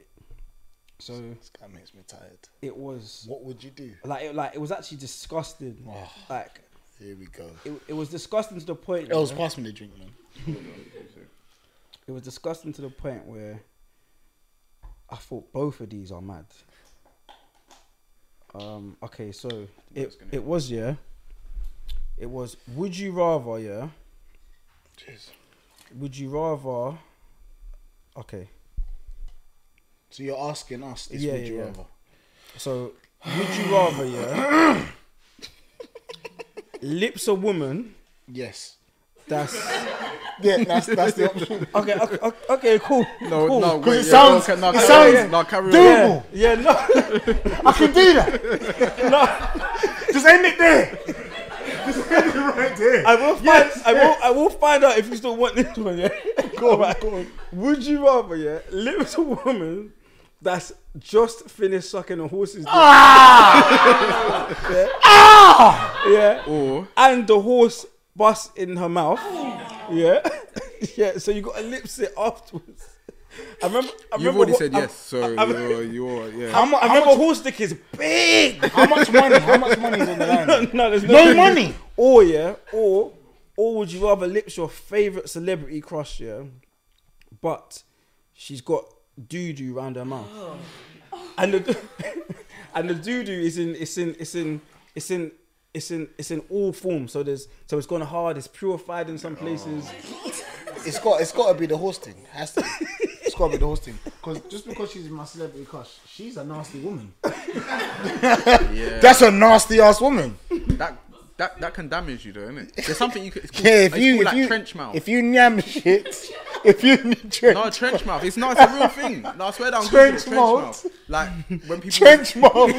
S2: So
S1: This guy makes me tired.
S2: it was
S1: What would you do?
S2: like, it, like it was actually disgusting.
S1: Oh.
S2: Like
S1: Here we go.
S2: it, it was disgusting to the point.
S1: Ells,
S2: where-
S1: pass me the drink, man.
S2: it was disgusting to the point where I thought both of these are mad. Um. Okay. So it
S3: it's gonna-
S2: it was yeah. It was. Would you rather yeah?
S1: Jeez.
S2: Would you rather? Okay.
S1: So you're asking us this?
S2: Yeah,
S1: would you
S2: yeah, yeah.
S1: rather?
S2: So, would you rather, yeah? lips a woman
S1: Yes.
S2: that's.
S1: Yeah, that's that's the option.
S2: Okay, okay, okay, okay, cool.
S3: No,
S2: cool.
S3: no,
S1: 'Cause
S3: wait,
S1: it
S3: yeah,
S1: sounds-
S3: no,
S1: it
S3: carry on,
S1: sounds
S3: no, carry on.
S1: doable.
S2: Yeah, yeah, no.
S1: I can do that. Just end it there. Just end it right there.
S2: I will find, I will, I will find out if you still want this one, yeah?
S1: Go on,
S2: Alright.
S1: go on.
S2: Would you rather, yeah, lips a woman that's just finished sucking a horse's dick.
S1: Ah!
S2: yeah.
S3: Or
S2: and the horse bust in her mouth. Yeah, yeah. So you got to lips it afterwards. I remember. I
S3: you've
S2: remember
S3: already
S2: ho-
S3: said
S2: I-
S3: yes, so you're, you're yeah.
S1: How, mu-
S2: I
S1: how
S2: remember
S1: much,
S2: horse dick is big.
S1: how much money? How much money is on the line?
S2: no, there's no,
S1: No money.
S2: Or yeah, or or would you rather lips your favorite celebrity crush? Yeah, but she's got doo doo round her mouth,
S1: Oh.
S2: and the and the doo doo is in it's in it's in it's in. It's in it's in all forms, so there's so it's gone hard. It's purified in some places.
S1: It's got it's got to be the hosting. Has to. Be. It's got to be the hosting. Because just because she's my celebrity crush, she's a nasty woman.
S3: yeah.
S1: That's a nasty ass woman.
S3: that that that can damage you though, innit? There's something you could. It's called,
S1: Yeah, if
S3: it's
S1: you
S3: called,
S1: if
S3: like
S1: you
S3: trench mouth.
S1: if you nyam shit, if you trench
S3: no, trench mouth. It's not. It's a real thing. No, I swear down.
S1: Trench
S3: Trench,
S1: mouth.
S3: mouth. Like when people.
S1: trench mouth,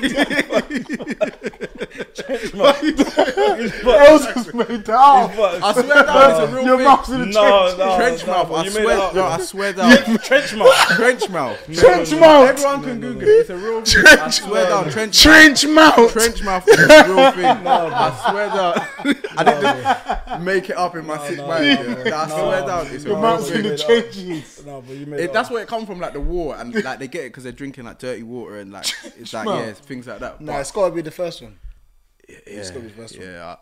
S1: else is made out.
S2: But-
S3: I swear down.
S2: Oh.
S3: It's a real
S1: Your
S3: thing.
S1: mouth's in the
S2: no,
S1: trench.
S2: no,
S3: trench
S2: no,
S3: mouth. I
S2: you made it
S3: swear.
S2: up.
S3: No, I swear down.
S2: trench mouth.
S3: trench mouth.
S1: Trench mouth.
S3: Everyone can Google it. It's a real thing. I swear down. Trench.
S1: Trench mouth.
S3: Trench mouth is a real thing. I swear down. I
S1: Oh,
S3: didn't make it up in my sick mind. yeah. Nah, I swear down. It's a
S1: Your
S2: No,
S3: real
S1: mouth's
S2: but you
S1: in the
S3: thing.
S2: made up.
S1: trenches.
S2: No, but you made
S3: It,
S2: up.
S3: that's where it comes from, like the war, and like they get it because they're drinking like dirty water and like it's like yeah, it's things like that.
S1: No,
S3: But-
S1: it's got to be the first one.
S3: yeah,
S1: gotta be the first one.
S3: yeah,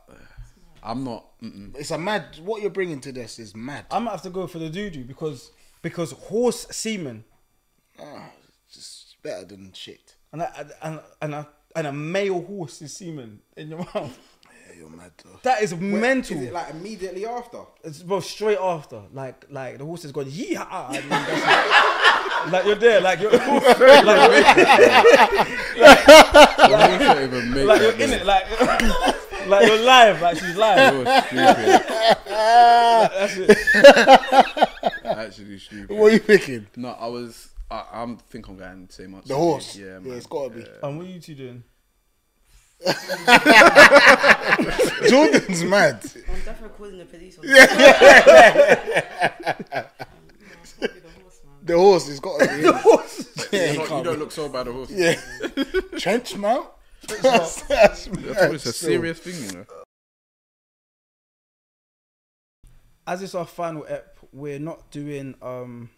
S3: I, am not. Mm-mm.
S1: It's a mad. What you're bringing to this is mad.
S2: I might have to go for the doo doo because because horse semen
S1: Ah, it's just better than shit.
S2: and a, and and a, and a male horse is semen in your mouth.
S1: Yeah, you're mad though.
S2: That is mental.
S3: like immediately after?
S2: it's bro, straight after, like like the horse has gone yeah, I mean, that's it. like you're there, like you're
S3: I not even make
S2: like
S3: that
S2: you're in
S3: noise.
S2: it, like like you're live, like she's live.
S3: You're stupid.
S2: That's it.
S3: Actually stupid.
S1: What are you picking?
S3: No, I was. I I'm think I'm going to say much.
S1: The horse.
S3: Yeah,
S1: Yeah,
S3: man.
S1: it's got to be.
S2: And what are you two doing?
S1: Jordan's mad.
S6: I'm definitely calling the police. Um, On
S5: I'll be the horse, man.
S1: The horse has got to be. the horse. Yeah,
S3: You're
S1: it
S3: not- you
S1: can't
S3: don't
S1: be.
S3: look so bad a horse.
S1: Yeah. Trench mouth. That's, that's mad.
S3: It's a
S1: So,
S3: serious thing, you know.
S2: As it's our final ep, we're not doing um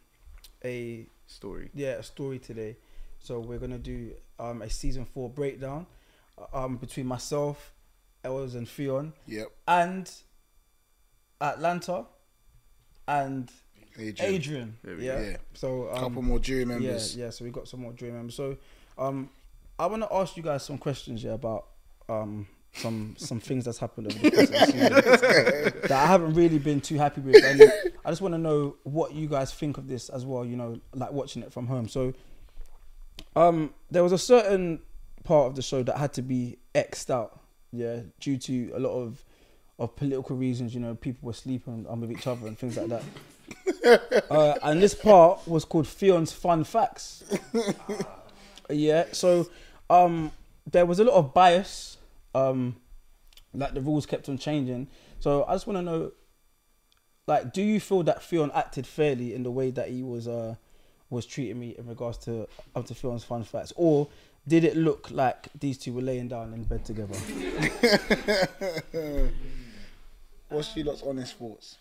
S2: a
S3: Story.
S2: yeah a story today so we're gonna do um a season four breakdown um between myself Ellis and Theon
S1: Yep.
S2: and Atlanta and
S1: Adrian.
S2: Adrian
S3: There we
S2: yeah.
S1: go. Yeah.
S2: so um,
S1: Couple more jury
S2: yeah
S1: members.
S2: yeah so we got some more dream members so um I want to ask you guys some questions yeah about um some some things that's happened over the course of the season that I haven't really been too happy with. And I just want to know what you guys think of this as well. You know, like watching it from home. So, um, there was a certain part of the show that had to be xed out, yeah, due to a lot of of political reasons. You know, people were sleeping um, with each other and things like that. uh, and this part was called Fion's Fun Facts. yeah, so um, there was a lot of bias. Um, like the rules kept on changing. So I just want to know, like, do you feel that Fion acted fairly in the way that he was uh was treating me in regards to up to Fion's fun facts, or did it look like these two were laying down in bed together?
S1: What's she lot's honest thoughts?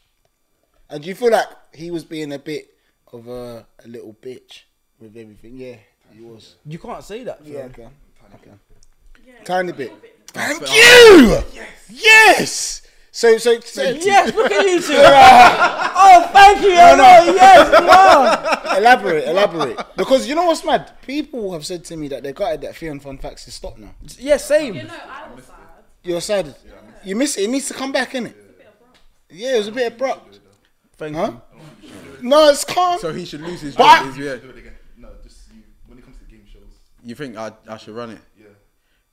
S1: And do you feel like he was being a bit of a, a little bitch with everything? Yeah, he was.
S2: You can't say that.
S1: Yeah,
S2: Fion.
S1: okay. okay.
S5: Yeah,
S1: Tiny bit. Thank
S3: but-
S1: you! Yes! So, so, so
S2: Yes, look at you two. oh, thank you. No, yes, no.
S1: elaborate, elaborate. Because you know what's mad? People have said to me that they're gutted that Fear and Fun Facts is stopped now.
S2: Yeah, same.
S5: You know, I was sad.
S1: You're sad. You miss it. It needs to come back, innit? Yeah, it was a bit abrupt.
S2: Thank
S1: Huh?
S2: you.
S1: No, it's calm.
S3: So he should lose his
S1: What?
S3: job. is- Yeah.
S7: Do it again. No, just you. When it comes to game shows,
S3: You think I I should run it?
S7: yeah.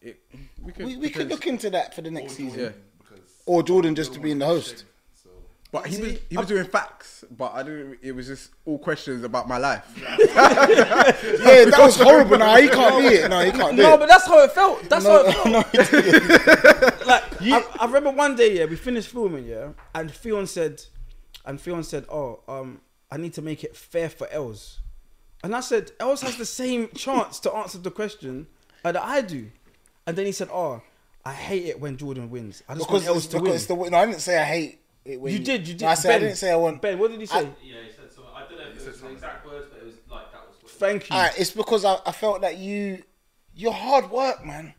S3: it we could,
S1: we, we could look into that for the next season.
S3: Yeah.
S7: Because
S1: Or Jordan just to be in the host.
S7: so
S3: But he was he was doing facts, but I didn't. It was just all questions about my life.
S1: Yeah, that was horrible. Nah, he can't be it. No, he can't do
S2: No,
S1: it.
S2: but that's how it felt. That's how it
S1: no,
S2: felt.
S1: no, he didn't.
S2: like I, I remember one day, yeah, we finished filming, yeah, and Fion said, and Fion said, oh, um, I need to make it fair for Els. And I said, Els has the same chance to answer the question uh, that I do. And then he said, Oh, I hate it when Jordan wins. I just
S1: Because,
S2: want Els
S1: it's,
S2: to
S1: because
S2: win.
S1: the no, I didn't say I hate it. When
S2: you did, you did.
S1: No, I said I
S2: ben,
S1: didn't say I want.
S2: Ben, what did he say?
S8: Yeah, he said something. I don't know if it was the exact words, but it was like that was what. it
S2: Thank you.
S1: Alright, it's because I, I felt that you, you're hard work, man.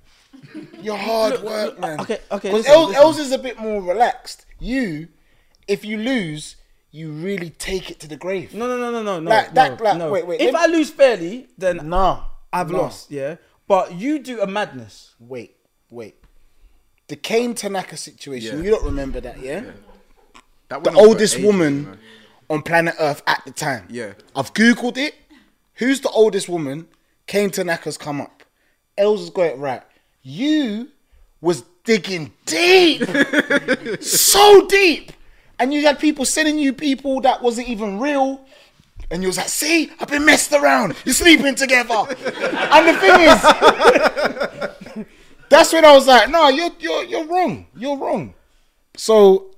S1: You're hard
S2: Look,
S1: work,
S2: look,
S1: man.
S2: okay, okay,
S1: Because
S2: listen,
S1: Els,
S2: listen.
S1: Els is a bit more relaxed. You, if you lose, you really take it to the grave.
S2: No, no, no, no, no, no.
S1: Like,
S2: no,
S1: that- like,
S2: no.
S1: wait, wait,
S2: If
S1: let
S2: I lose fairly, then
S1: no
S2: I've
S1: no.
S2: lost. Yeah, but you do a madness.
S1: Wait, wait. The Kane Tanaka situation.
S3: Yeah.
S1: You don't remember that, yeah?
S3: That
S1: The
S3: went on for
S1: oldest
S3: ages,
S1: woman
S3: man.
S1: on planet Earth at the time.
S3: Yeah.
S1: I've googled it. Who's the oldest woman? Kane Tanaka's come up. Els has got it right. You was digging deep, so deep, and you had people sending you people that wasn't even real. And you was like, see, I've been messed around. You're sleeping together. and the thing is, that's when I was like, no, you're, you're, you're wrong. You're wrong. So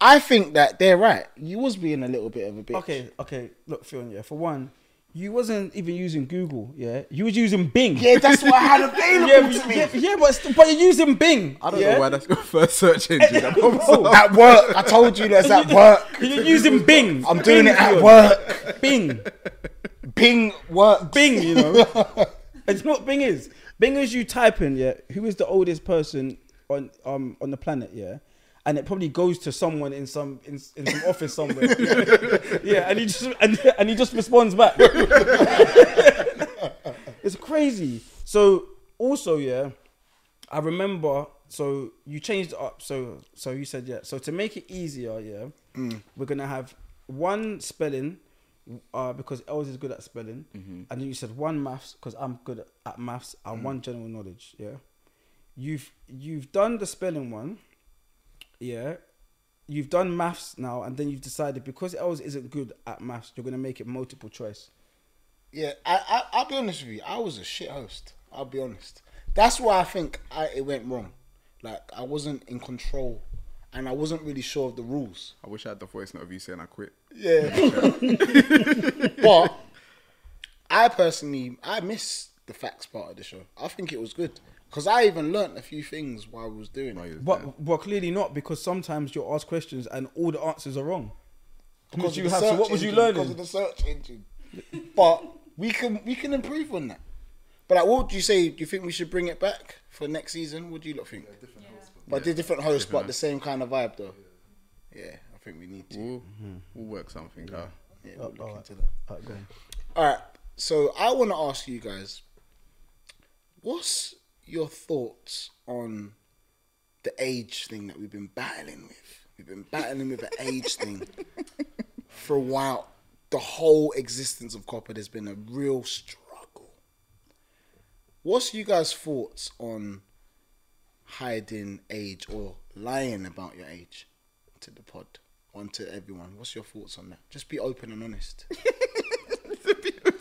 S1: I think that they're right. You was being a little bit of a bitch.
S2: Okay, okay. Look, Fionn, yeah. For one, you wasn't even using Google. Yeah, you was using Bing.
S1: Yeah, that's what I had available
S2: yeah,
S1: to me.
S2: yeah, yeah, but st- but you're using Bing.
S3: I don't
S2: yeah?
S3: know why that's your first search engine. That pops up.
S1: At Oh, work, I told you that's at work.
S2: You're using Bing.
S1: I'm doing
S2: Bing,
S1: it at
S2: Fionn.
S1: work.
S2: Bing,
S1: Bing work.
S2: Bing. You know, it's not Bing is. Bing is you type in yeah. Who is the oldest person on um on the planet? Yeah. And it probably goes to someone in some in, in some office somewhere. yeah, and he just and, and he just responds back. It's crazy. So also, yeah, I remember. So you changed it up. So so you said yeah. So to make it easier, yeah, we're gonna have one spelling, uh, because Els is good at spelling, and then you said one maths because I'm good at maths and one general knowledge. Yeah, you've you've done the spelling one. Yeah. You've done maths now, and then you've decided because Els isn't good at maths, you're gonna make it multiple choice.
S1: Yeah, I, I, I'll be honest with you. I was a shit host. I'll be honest. That's why I think I, it went wrong. Like I wasn't in control, and I wasn't really sure of the rules.
S3: I wish I had the voice note of you saying I quit. Oh,
S1: Yeah. but I personally, I miss the facts part of the show. I think it was good because I even learnt a few things while I was doing
S3: Why
S1: it.
S3: is
S2: But
S3: that?
S2: well, clearly not because sometimes you're asked questions and all the answers are wrong.
S1: Because
S2: Because
S1: of
S2: you
S1: the
S2: have. So
S1: search
S2: what was you
S1: engine, Because
S2: learning?
S1: of the search engine. But we can we can improve on that. But like, what would you say? Do you think we should bring it back for next season? What do you lot think?
S7: Different house, but
S1: But they're different hosts, but the same kind of vibe though. Yeah, I think we need to.
S3: We'll, we'll work something out.
S1: Yeah, we'll look
S2: alright.
S1: into that.
S2: Alright, go on.
S1: All right. So I want to ask you guys, what's your thoughts on the age thing that we've been battling with? We've been battling with the age thing for a while. The whole existence of copper has been a real struggle. What's you guys' thoughts on hiding age or lying about your age to the pod? On to everyone. What's your thoughts on that? Just be open and honest.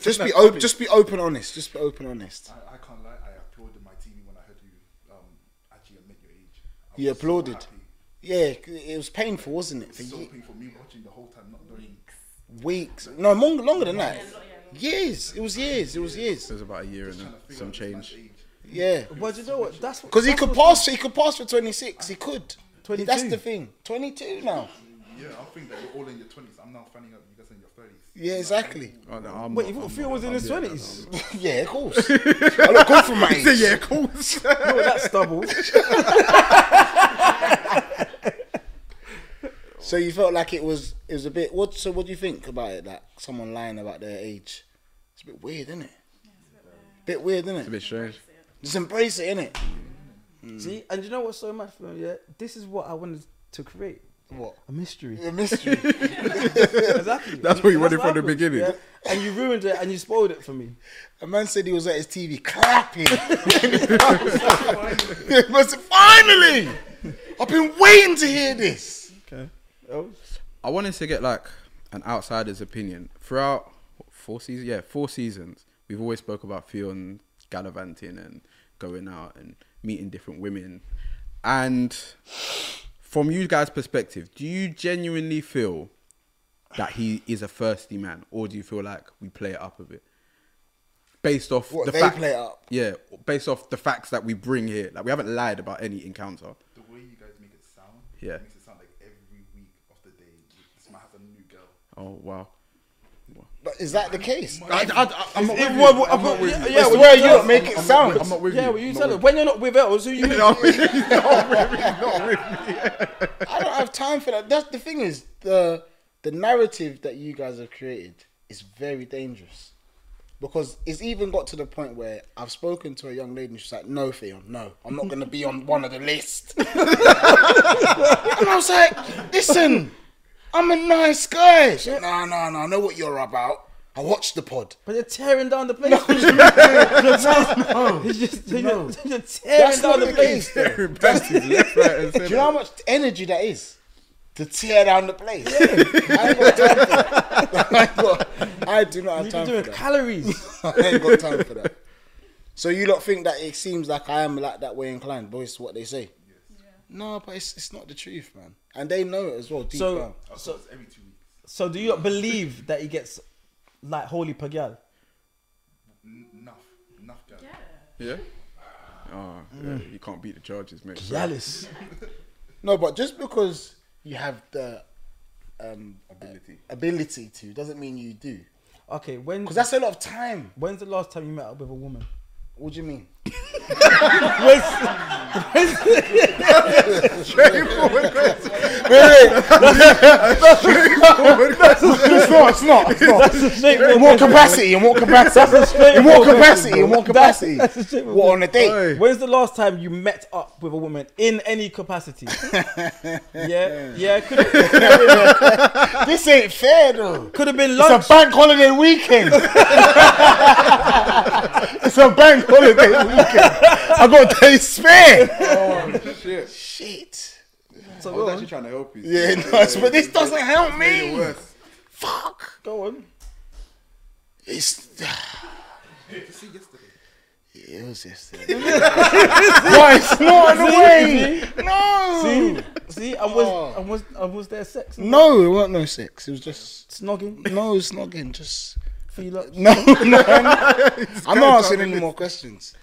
S1: Just be open. Just be open, honest. Just be open, honest.
S7: I, I can't lie. I applauded my TV when I heard you um, actually admit your age. I
S1: You
S7: was so
S1: applauded.
S7: happy.
S1: Yeah, c- it was painful, wasn't it?
S7: It
S1: For
S7: was so
S1: ye-
S7: painful me watching the whole time, not knowing.
S1: weeks. No, mon- longer than that. Years. It was years. It was years.
S3: It was about a year and
S7: Trying to
S3: then
S7: figure
S3: some
S7: out this man's
S3: change.
S7: age.
S1: Yeah.
S2: But you know what? That's
S1: Because he could pass. He could pass for twenty six. He could.
S2: 22.
S1: That's the thing. Twenty two now.
S7: Yeah, I think that we're all in your twenties. I'm now finding out you guys are in your thirties.
S1: Yeah, exactly.
S3: Oh, no, I'm
S2: Wait,
S3: not-
S2: you thought
S3: I'm
S2: Phil
S3: not-
S2: was in
S3: I'm
S2: his
S3: doing that
S2: twenties?
S1: Yeah, of course. I look good for my
S3: now.
S1: age.
S3: yeah, of course.
S2: No, that's stubble.
S1: So you felt like it was. It was a bit. What? So what do you think about it? That someone lying about their age. It's a bit weird, isn't it? Bit weird,
S3: a
S1: isn't it?
S3: bit strange.
S1: Just embrace it, innit?
S2: See, and you know what's so mad for Yeah, this is what I wanted to create.
S1: What?
S2: A mystery.
S1: A mystery.
S2: exactly.
S3: That's what
S2: And
S3: you wanted from the
S2: happened,
S3: beginning.
S2: yeah? And you ruined it and you spoiled it for me.
S1: A man said he was at his TV clapping. He must have- finally! I've been waiting to hear this.
S2: Okay.
S3: I wanted to get like an outsider's opinion throughout what, four seasons. Yeah, four seasons. We've always spoke about Fionn gallivanting and going out and meeting different women. And from you guys' perspective, do you genuinely feel that he is a thirsty man, or do you feel like we play it up a bit? based off
S1: What,
S3: the
S1: they
S3: fact.
S1: play it up?
S3: Yeah, based off the facts that we bring here. Like we haven't lied about any encounter.
S7: The way you guys make it sound,
S3: Yeah.
S7: it makes it sound like every week of the day, this might have a new girl.
S3: Oh wow.
S1: But is that the case?
S3: I, am not
S1: It-
S3: with you.
S1: well, well,
S3: I'm not
S1: but-
S3: with
S1: yeah,
S3: you.
S1: yeah,
S3: Listen,
S1: where you lot make
S3: I'm-
S1: it
S3: I'm not
S1: sound.
S3: with- I'm not with you.
S2: Yeah, well, you
S3: I'm
S2: tell
S3: not
S2: it. When you're not with us, who you?
S3: with you. Not with you. Not with you. Not with you.
S1: I don't have time for that. That's the thing is the the narrative that you guys have created is very dangerous because it's even got to the point where I've spoken to a young lady and she's like, "No, Theon, no, I'm not going to be on one of the list." and I was like, "Listen, I'm a nice guy." She's like, "No, no, no, I know what you're about. I watched the pod."
S2: But they're tearing down the place. You're just, you're, you're tearing
S1: That's
S2: down
S1: not
S2: the,
S1: the
S2: place.
S1: case. though.
S3: Staring back is left, right, and
S1: Do you know how
S3: centre.
S1: much energy that is? To tear down the place. I ain't got time for that. I, ain't got- I do not have
S2: You're
S1: time for
S2: doing
S1: that.
S2: calories.
S1: I ain't got time for that. So you lot think that it seems like I am like that way inclined, but it's what they say. No, but it's it's not the truth, man. And they know it as well, deep down.
S2: so,
S7: I
S2: so,
S7: so it's every two weeks.
S2: so, do you not believe that he gets like holy pagal?
S7: N- enough, enough girl.
S5: Yeah.
S3: Yeah. Oh, yeah, you can't beat the charges, mate.
S2: Jealous.
S1: No, but just because you have the um,
S7: Ability.
S1: ability to doesn't mean you do.
S2: Okay, when?
S1: Because that's a lot of time.
S2: When's the last time you met up with a woman?
S1: What do you mean?
S3: Straightforward question.
S1: it's not. It's not. It's not.
S2: That's a
S1: In
S2: shame.
S1: what capacity? In what capacity? In what capacity? In what capacity?
S2: That's a shame.
S1: What on a date?
S3: Oi.
S2: When's the last time you met up with a woman in any capacity? yeah, yeah, could have,
S1: This ain't fair though.
S2: could have been lunch.
S1: It's a bank holiday weekend. it's a bank holiday weekend. I got a day spare.
S3: Oh, shit.
S1: Shit.
S2: So
S3: I
S2: go
S3: was
S2: on.
S3: actually trying to help you.
S1: Yeah, no, but this doesn't help
S3: Made it
S1: me.
S3: worse.
S1: Fuck.
S2: Go on.
S1: It's.
S7: You see yesterday,
S1: It was yesterday. Why? It's not in the way.
S2: See?
S1: No.
S2: See, see, I was,
S1: Oh.
S2: I was, I was there. Sex, and
S1: No, it wasn't no sex. It was just.
S2: snogging,
S1: No, it's not getting just.
S2: feel up.
S1: No, no. I'm not answering any more questions.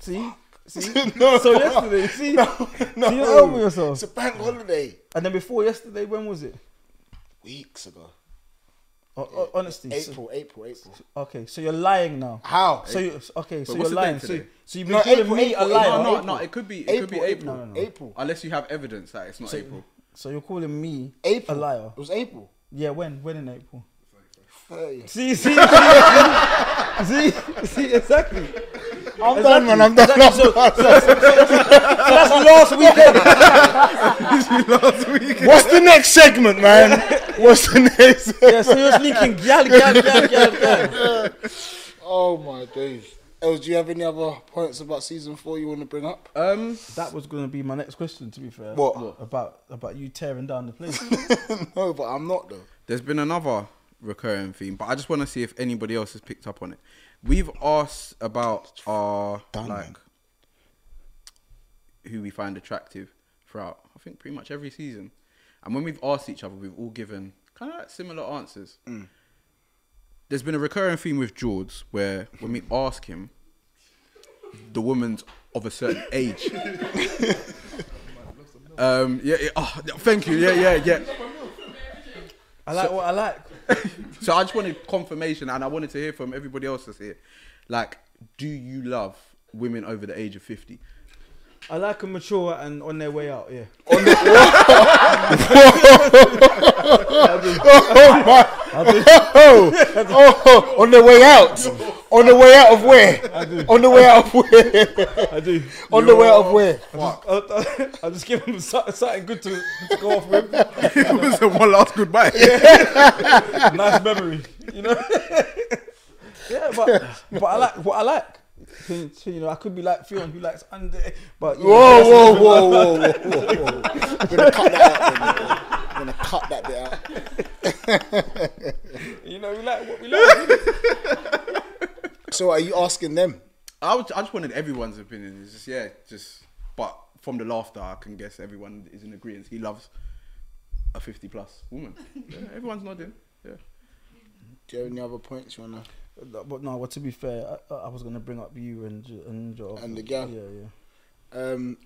S2: See, see.
S1: no,
S2: So yesterday, see,
S1: no.
S2: see, you help me yourself.
S1: It's a bank holiday.
S2: And then before yesterday, when was it?
S1: Weeks ago.
S2: O- o- honestly, so-
S1: April, April, April.
S2: okay. So you're lying now.
S1: How?
S2: So you okay? So
S3: But
S2: you're
S3: what's the date
S2: lying. So,
S3: today?
S2: so you've been
S1: No,
S2: calling
S1: April,
S2: me a
S1: April,
S2: liar.
S1: April,
S3: No, no, no. It could be. It could be April.
S1: April. April.
S3: Unless you have evidence that it's not April.
S2: So you're calling me
S1: April.
S2: a liar.
S1: It was April.
S2: Yeah, when? When in April?
S1: 30.
S2: See, see, see, see, see, exactly.
S1: I'm done, man. I'm done.
S2: Exactly. So, so, so, so, so that's last weekend.
S3: Last week.
S1: What's the next segment, man? What's the next?
S2: Yeah, so you're sneaking gal, gal, gal, gal, gal.
S1: Oh my days. El, do you have any other points about season four you want to bring up?
S3: Um.
S2: That was gonna be my next question. To be fair,
S1: What? What?
S2: about about you tearing down the place?
S1: no, but I'm not though.
S3: There's been another recurring theme, but I just want to see if anybody else has picked up on it. We've asked about our
S1: Done,
S3: like
S1: man.
S3: who we find attractive throughout. I think pretty much every season, and when we've asked each other, we've all given kind of like similar answers. There's been a recurring theme with George where when we ask him, the woman's of a certain age. um. Yeah. yeah oh, thank you. Yeah. Yeah. Yeah.
S2: I like what I like.
S3: So I just wanted confirmation, and I wanted to hear from everybody else that's here. Like, do you love women over the age of fifty?
S2: I like them mature and on their way out. Yeah.
S1: Oh my! Oh, oh, on the way out. On the way out of where? On the way out of where?
S2: I do.
S1: On the way out of where?
S2: I, I, I just give them so- something good to, to go off with.
S3: it was a one last goodbye.
S2: nice memory, you know. yeah, but but I like what I like. So, so, you know, I could be like Fiona who likes under, but you know,
S1: Whoa,
S2: that's-
S1: whoa, whoa, whoa, whoa, whoa, whoa. I'm gonna cut that out. then. I'm gonna cut that bit out.
S2: you know, we like what we like.
S1: So, are you asking them?
S3: I, would, I just wanted everyone's opinion. It's just yeah, just but from the laughter, I can guess everyone is in agreement. He loves a fifty plus woman. Yeah, everyone's nodding. Yeah.
S1: Do you have any other points you wanna?
S2: But no, well, to be fair, I, I was gonna bring up you and Jo- and Joe
S1: And the girl.
S2: Yeah, yeah.
S1: Um,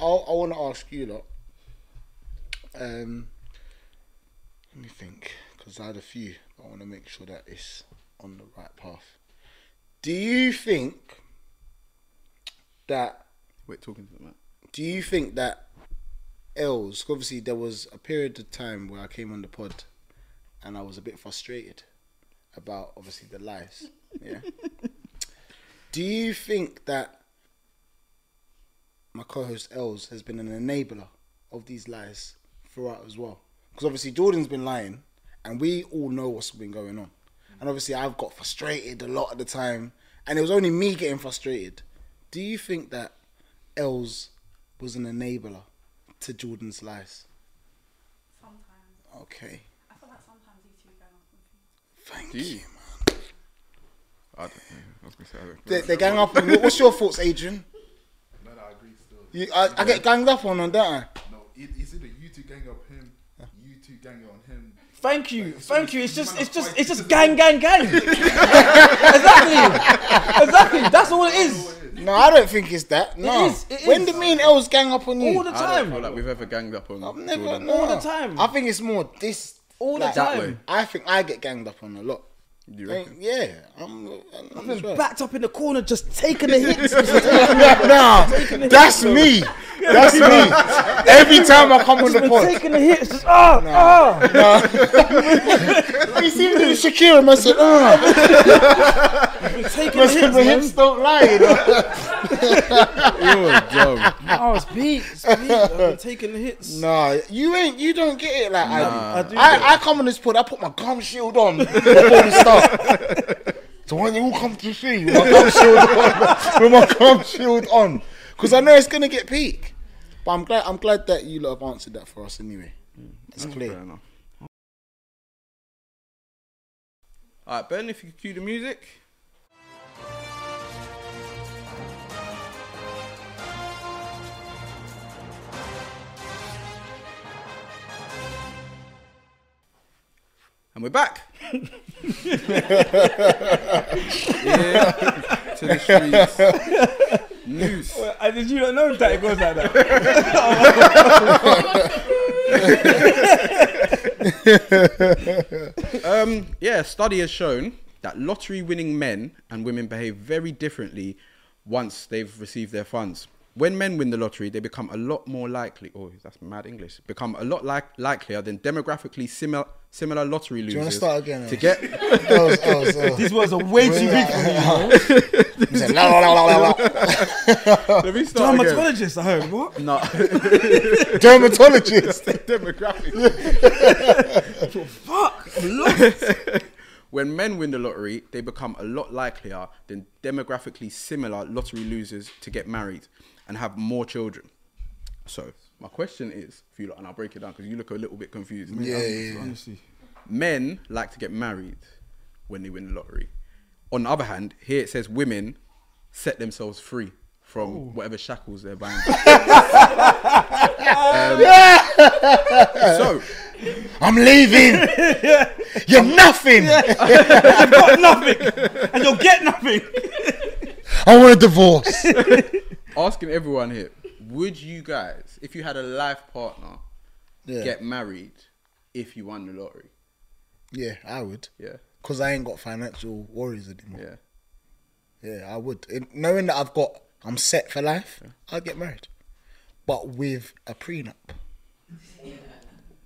S1: I'll, I want to ask you lot. Um, let me think, because I had a few. But I want to make sure that it's on the right path. Do you think that?
S3: Wait, talking to the man.
S1: Do you think that Els? 'cause Obviously, there was a period of time where I came on the pod, and I was a bit frustrated about obviously the lies. Yeah. do you think that? my co-host Els has been an enabler of these lies throughout as well. Because obviously Jordan's been lying, and we all know what's been going on. And obviously I've got frustrated a lot of the time, and it was only me getting frustrated. Do you think that Els was an enabler to Jordan's lies?
S5: Sometimes.
S1: Okay,
S5: I feel like sometimes you two go on confused.
S1: thank
S3: Do
S1: you.
S3: you? I don't know. I was gonna say I don't
S1: They, they gang up on you. What's your thoughts, Adrian?
S7: No, no, I agree still.
S1: You, I, I get ganged up on, don't I?
S7: No, it, it's either you two gang up him, you two gang on him.
S2: Thank you,
S7: Like,
S2: thank
S7: so
S2: you.
S7: you-
S2: It's
S7: you
S2: just,
S7: might
S2: it's
S7: not
S2: just,
S7: fight
S2: it's just
S7: because
S2: gang,
S7: of-
S2: gang, gang. exactly, exactly. That's all it is.
S1: No, I don't think it's that. No.
S2: is, it
S1: when
S2: is.
S1: do me and Els gang up on you?
S2: All the
S3: I don't feel
S2: time.
S3: like we've ever ganged up on.
S1: I've never
S3: Jordan.
S1: no.
S2: All the time.
S1: I think it's more this
S2: All the
S1: like,
S3: That
S2: time.
S3: way.
S1: I think I get ganged up on a lot.
S3: You
S1: Like,
S3: reckon?
S1: yeah, I'm. I'm,
S2: I've been
S1: sure.
S2: backed up in the corner, just taking the hits.
S1: nah, that's me. That's me. Every time I come on the
S2: Just been
S1: pod,
S2: taking the hits. Just, oh, oh.
S1: you see me doing Shakira, and I said, "Ah,
S2: Been taking the
S1: that's
S2: hits.
S1: the hips
S2: Man.
S1: don't lie." You know?
S3: You're dumb.
S2: I was beat. Oh, it's beat. I've been taking the hits.
S1: Nah, you ain't. You don't get it like I
S2: I
S1: do.
S2: do get
S1: I, I come on this pod. I put my gum shield on before we start. So when you all come to see with my gum shield on, with my gum shield on, because I know it's gonna get peak. But I'm glad. I'm glad that you lot have answered that for us anyway. It's
S3: Fair
S1: clear.
S3: enough. All right, Ben, if you could cue the music. And we're back. yeah, to the streets. News.
S2: Uh, I did you not know that it goes like that?
S3: Um, yeah, a study has shown that lottery winning men and women behave very differently once they've received their funds. When men win the lottery, they become a lot more likely. Oh, that's mad English. Become a lot like likelier than demographically similar similar lottery losers.
S1: you wanna start again,
S3: To
S1: Alex?
S3: get
S1: Els, Els, Els.
S2: These words are way too big for me.
S1: He said, la, la, la, la, la, la.
S3: let me start again.
S2: Dermatologist, I heard. What?
S3: No,
S1: Dermatologist.
S3: demographic.
S2: Fuck.
S3: when men win the lottery, they become a lot likelier than demographically similar lottery losers to get married and have more children. So, my question is for you, lot, and I'll break it down because you look a little bit confused.
S1: Yeah, yeah, yeah.
S2: Honestly.
S3: Men like to get married when they win the lottery. On the other hand, here it says women set themselves free from whatever shackles they're bound. um, so,
S1: I'm leaving. You're nothing.
S2: You've got nothing, and you'll get nothing.
S1: I want a divorce.
S3: asking everyone here, would you guys, if you had a life partner,
S1: Yeah.
S3: get married if you won the lottery?
S1: Yeah, I would.
S3: Yeah,
S1: Because I ain't got financial worries anymore.
S3: yeah.
S1: Yeah, I would. In- knowing that I've got, I'm set for life, I'll get married. But with a prenup.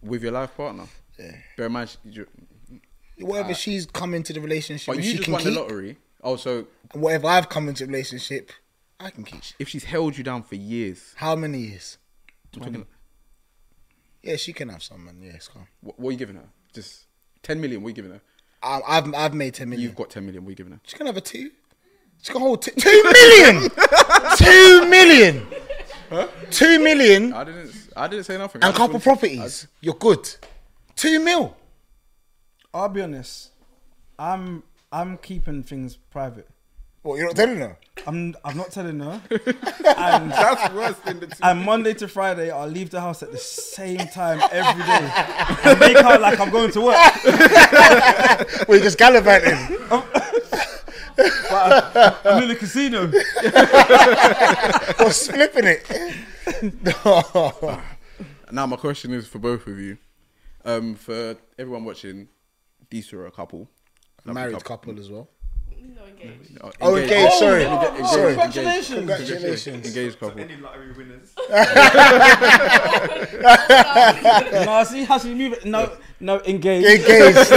S3: With your life partner.
S1: Yeah.
S3: Bear in mind, you,
S1: Whatever she's come into the relationship,
S3: but
S1: if
S3: you
S1: she
S3: just
S1: can
S3: won
S1: keep.
S3: the lottery. Oh, so
S1: and Whatever I've come into the relationship, I can keep.
S3: if she's held you down for years,
S1: How many years?
S3: I'm talking,
S1: Yeah, she can have some, man. Yeah, it's calm.
S3: what, what are you giving her? Just 10 million, what are you giving her?
S1: I, I've, I've made 10 million.
S3: You've got 10 million, what are you giving her?
S1: She can have a two. She can hold t- two million. two million. Two million
S3: I didn't, I didn't say nothing. I
S1: and
S3: just
S1: couple
S3: wanted-
S1: properties. You're good. Two mil.
S2: I'll be honest. I'm I'm keeping things private.
S1: What you're not telling her?
S2: I'm I'm not telling her. And
S3: That's worse than the two.
S2: and Monday to Friday, I'll leave the house at the same time every day. And make out like I'm going to work.
S1: We're just gallivanting.
S2: but I'm in the casino.
S1: Or slipping it.
S3: Now my question is for both of you, um, for everyone watching, these two are a couple, Lovely
S1: Married couple as well.
S5: No engaged.
S3: No,
S1: Oh, engaged,
S3: engaged- engaged-
S1: sorry.
S3: engaged-
S1: Oh, sorry.
S3: engaged-
S2: Congratulations.
S1: Congratulations.
S3: Engaged couple.
S8: Any lottery winners?
S2: no, see, has to move it. No, no, engage.
S1: Engaged.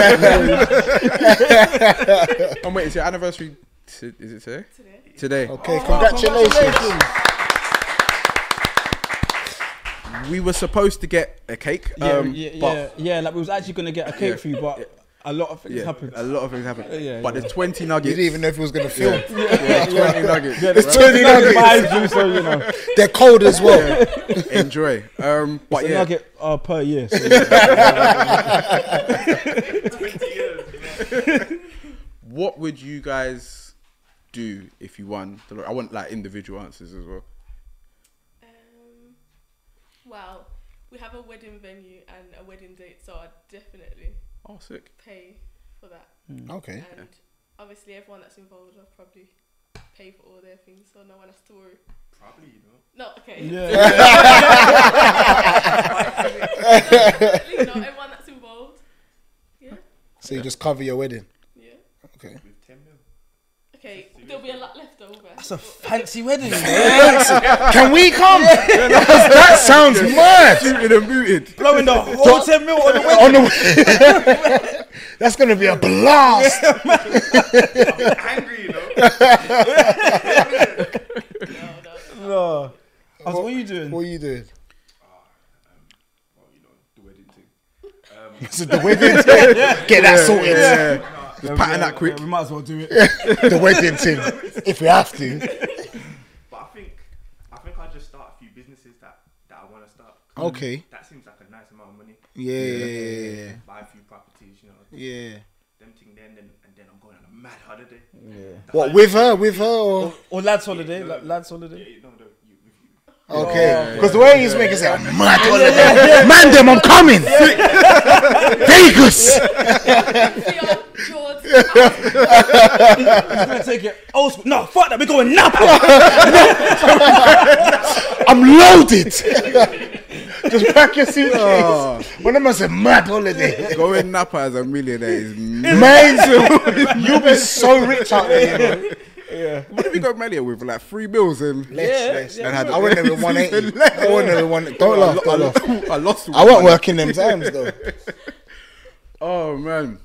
S3: I'm waiting. It's Oh, your anniversary. t- Is it today?
S5: Today.
S3: Today.
S1: Okay,
S2: Oh,
S1: congratulations.
S3: We were supposed to get a cake.
S2: Yeah,
S3: um,
S2: yeah,
S3: but
S2: yeah, yeah. Like we was actually gonna get a cake
S3: Yeah.
S2: for you, but a lot of things
S3: yeah,
S2: happened.
S3: A lot of things happened.
S2: Yeah,
S3: but
S2: yeah.
S3: the 20
S1: You
S3: nuggets.
S1: didn't even know if it was going to film.
S3: yeah, 20 nuggets.
S2: Yeah,
S1: It's
S2: the-
S1: 20 nuggets.
S2: buys you, so you know.
S1: They're cold as well.
S3: Enjoy. Um, but
S2: It's a
S3: yeah,
S2: nugget uh, per year. So yeah.
S3: what would you guys do if you won? the lottery? I want like individual answers as well.
S9: Um, well, we have a wedding venue and a wedding date, so I'd definitely
S3: Oh, sick.
S9: pay for that.
S1: Okay.
S9: And obviously, everyone that's involved will probably pay for all their things, so no one has to worry.
S8: Probably, you know.
S9: No, okay.
S2: yeah.
S9: Definitely not everyone that's involved. Yeah,
S1: So you just cover your wedding.
S9: yeah.
S1: Okay.
S8: With 10 mil.
S9: Okay, there'll be a lot left over.
S2: It's a fancy wedding.
S1: Can we come? that sounds mad.
S3: Suited and booted.
S2: Blowing the whole ten mil on the wedding.
S1: On the- That's going to be a blast.
S8: Angry, you know.
S9: no, no.
S2: No. As what are you doing?
S1: What are you doing?
S8: Well, you know, the wedding thing.
S1: Is it the wedding thing? Get that sorted.
S3: Yeah. Just pattern that quick.
S2: we might as well do it.
S1: The wedding thing. If we have to.
S8: But I think, I think I'll just start a few businesses that, that I want to start.
S1: Okay.
S8: That seems like a nice amount of money.
S1: Yeah.
S8: Buy a few properties, you know.
S1: Yeah.
S8: Them thing then, then and then I'm going on a mad holiday.
S1: What, with her? With her? Or?
S2: Or lads holiday. la- Lads holiday.
S8: Yeah, no, no, you, with you.
S1: Oh, Okay. Because the way he's making it sound mad. Man, them, I'm coming. Vegas.
S9: Theo, George, Alex,
S2: I'm gonna take it old school. No, fuck that. We're going Napa.
S1: I'm loaded. Just pack your suitcase. One of them said mad holiday.
S3: Going Napa as a millionaire is mad.
S1: Amazing. You'll be so rich out there. you know.
S3: What if you got Melia with like three bills and
S1: Less,
S2: Yeah,
S1: less.
S2: yeah,
S1: And had- I went there with 180. I went there with 180. Don't
S3: I,
S1: laugh,
S3: lo- I,
S1: don't
S3: lo-
S1: laugh.
S3: I lost.
S1: I won't work in them times though.
S3: Oh man.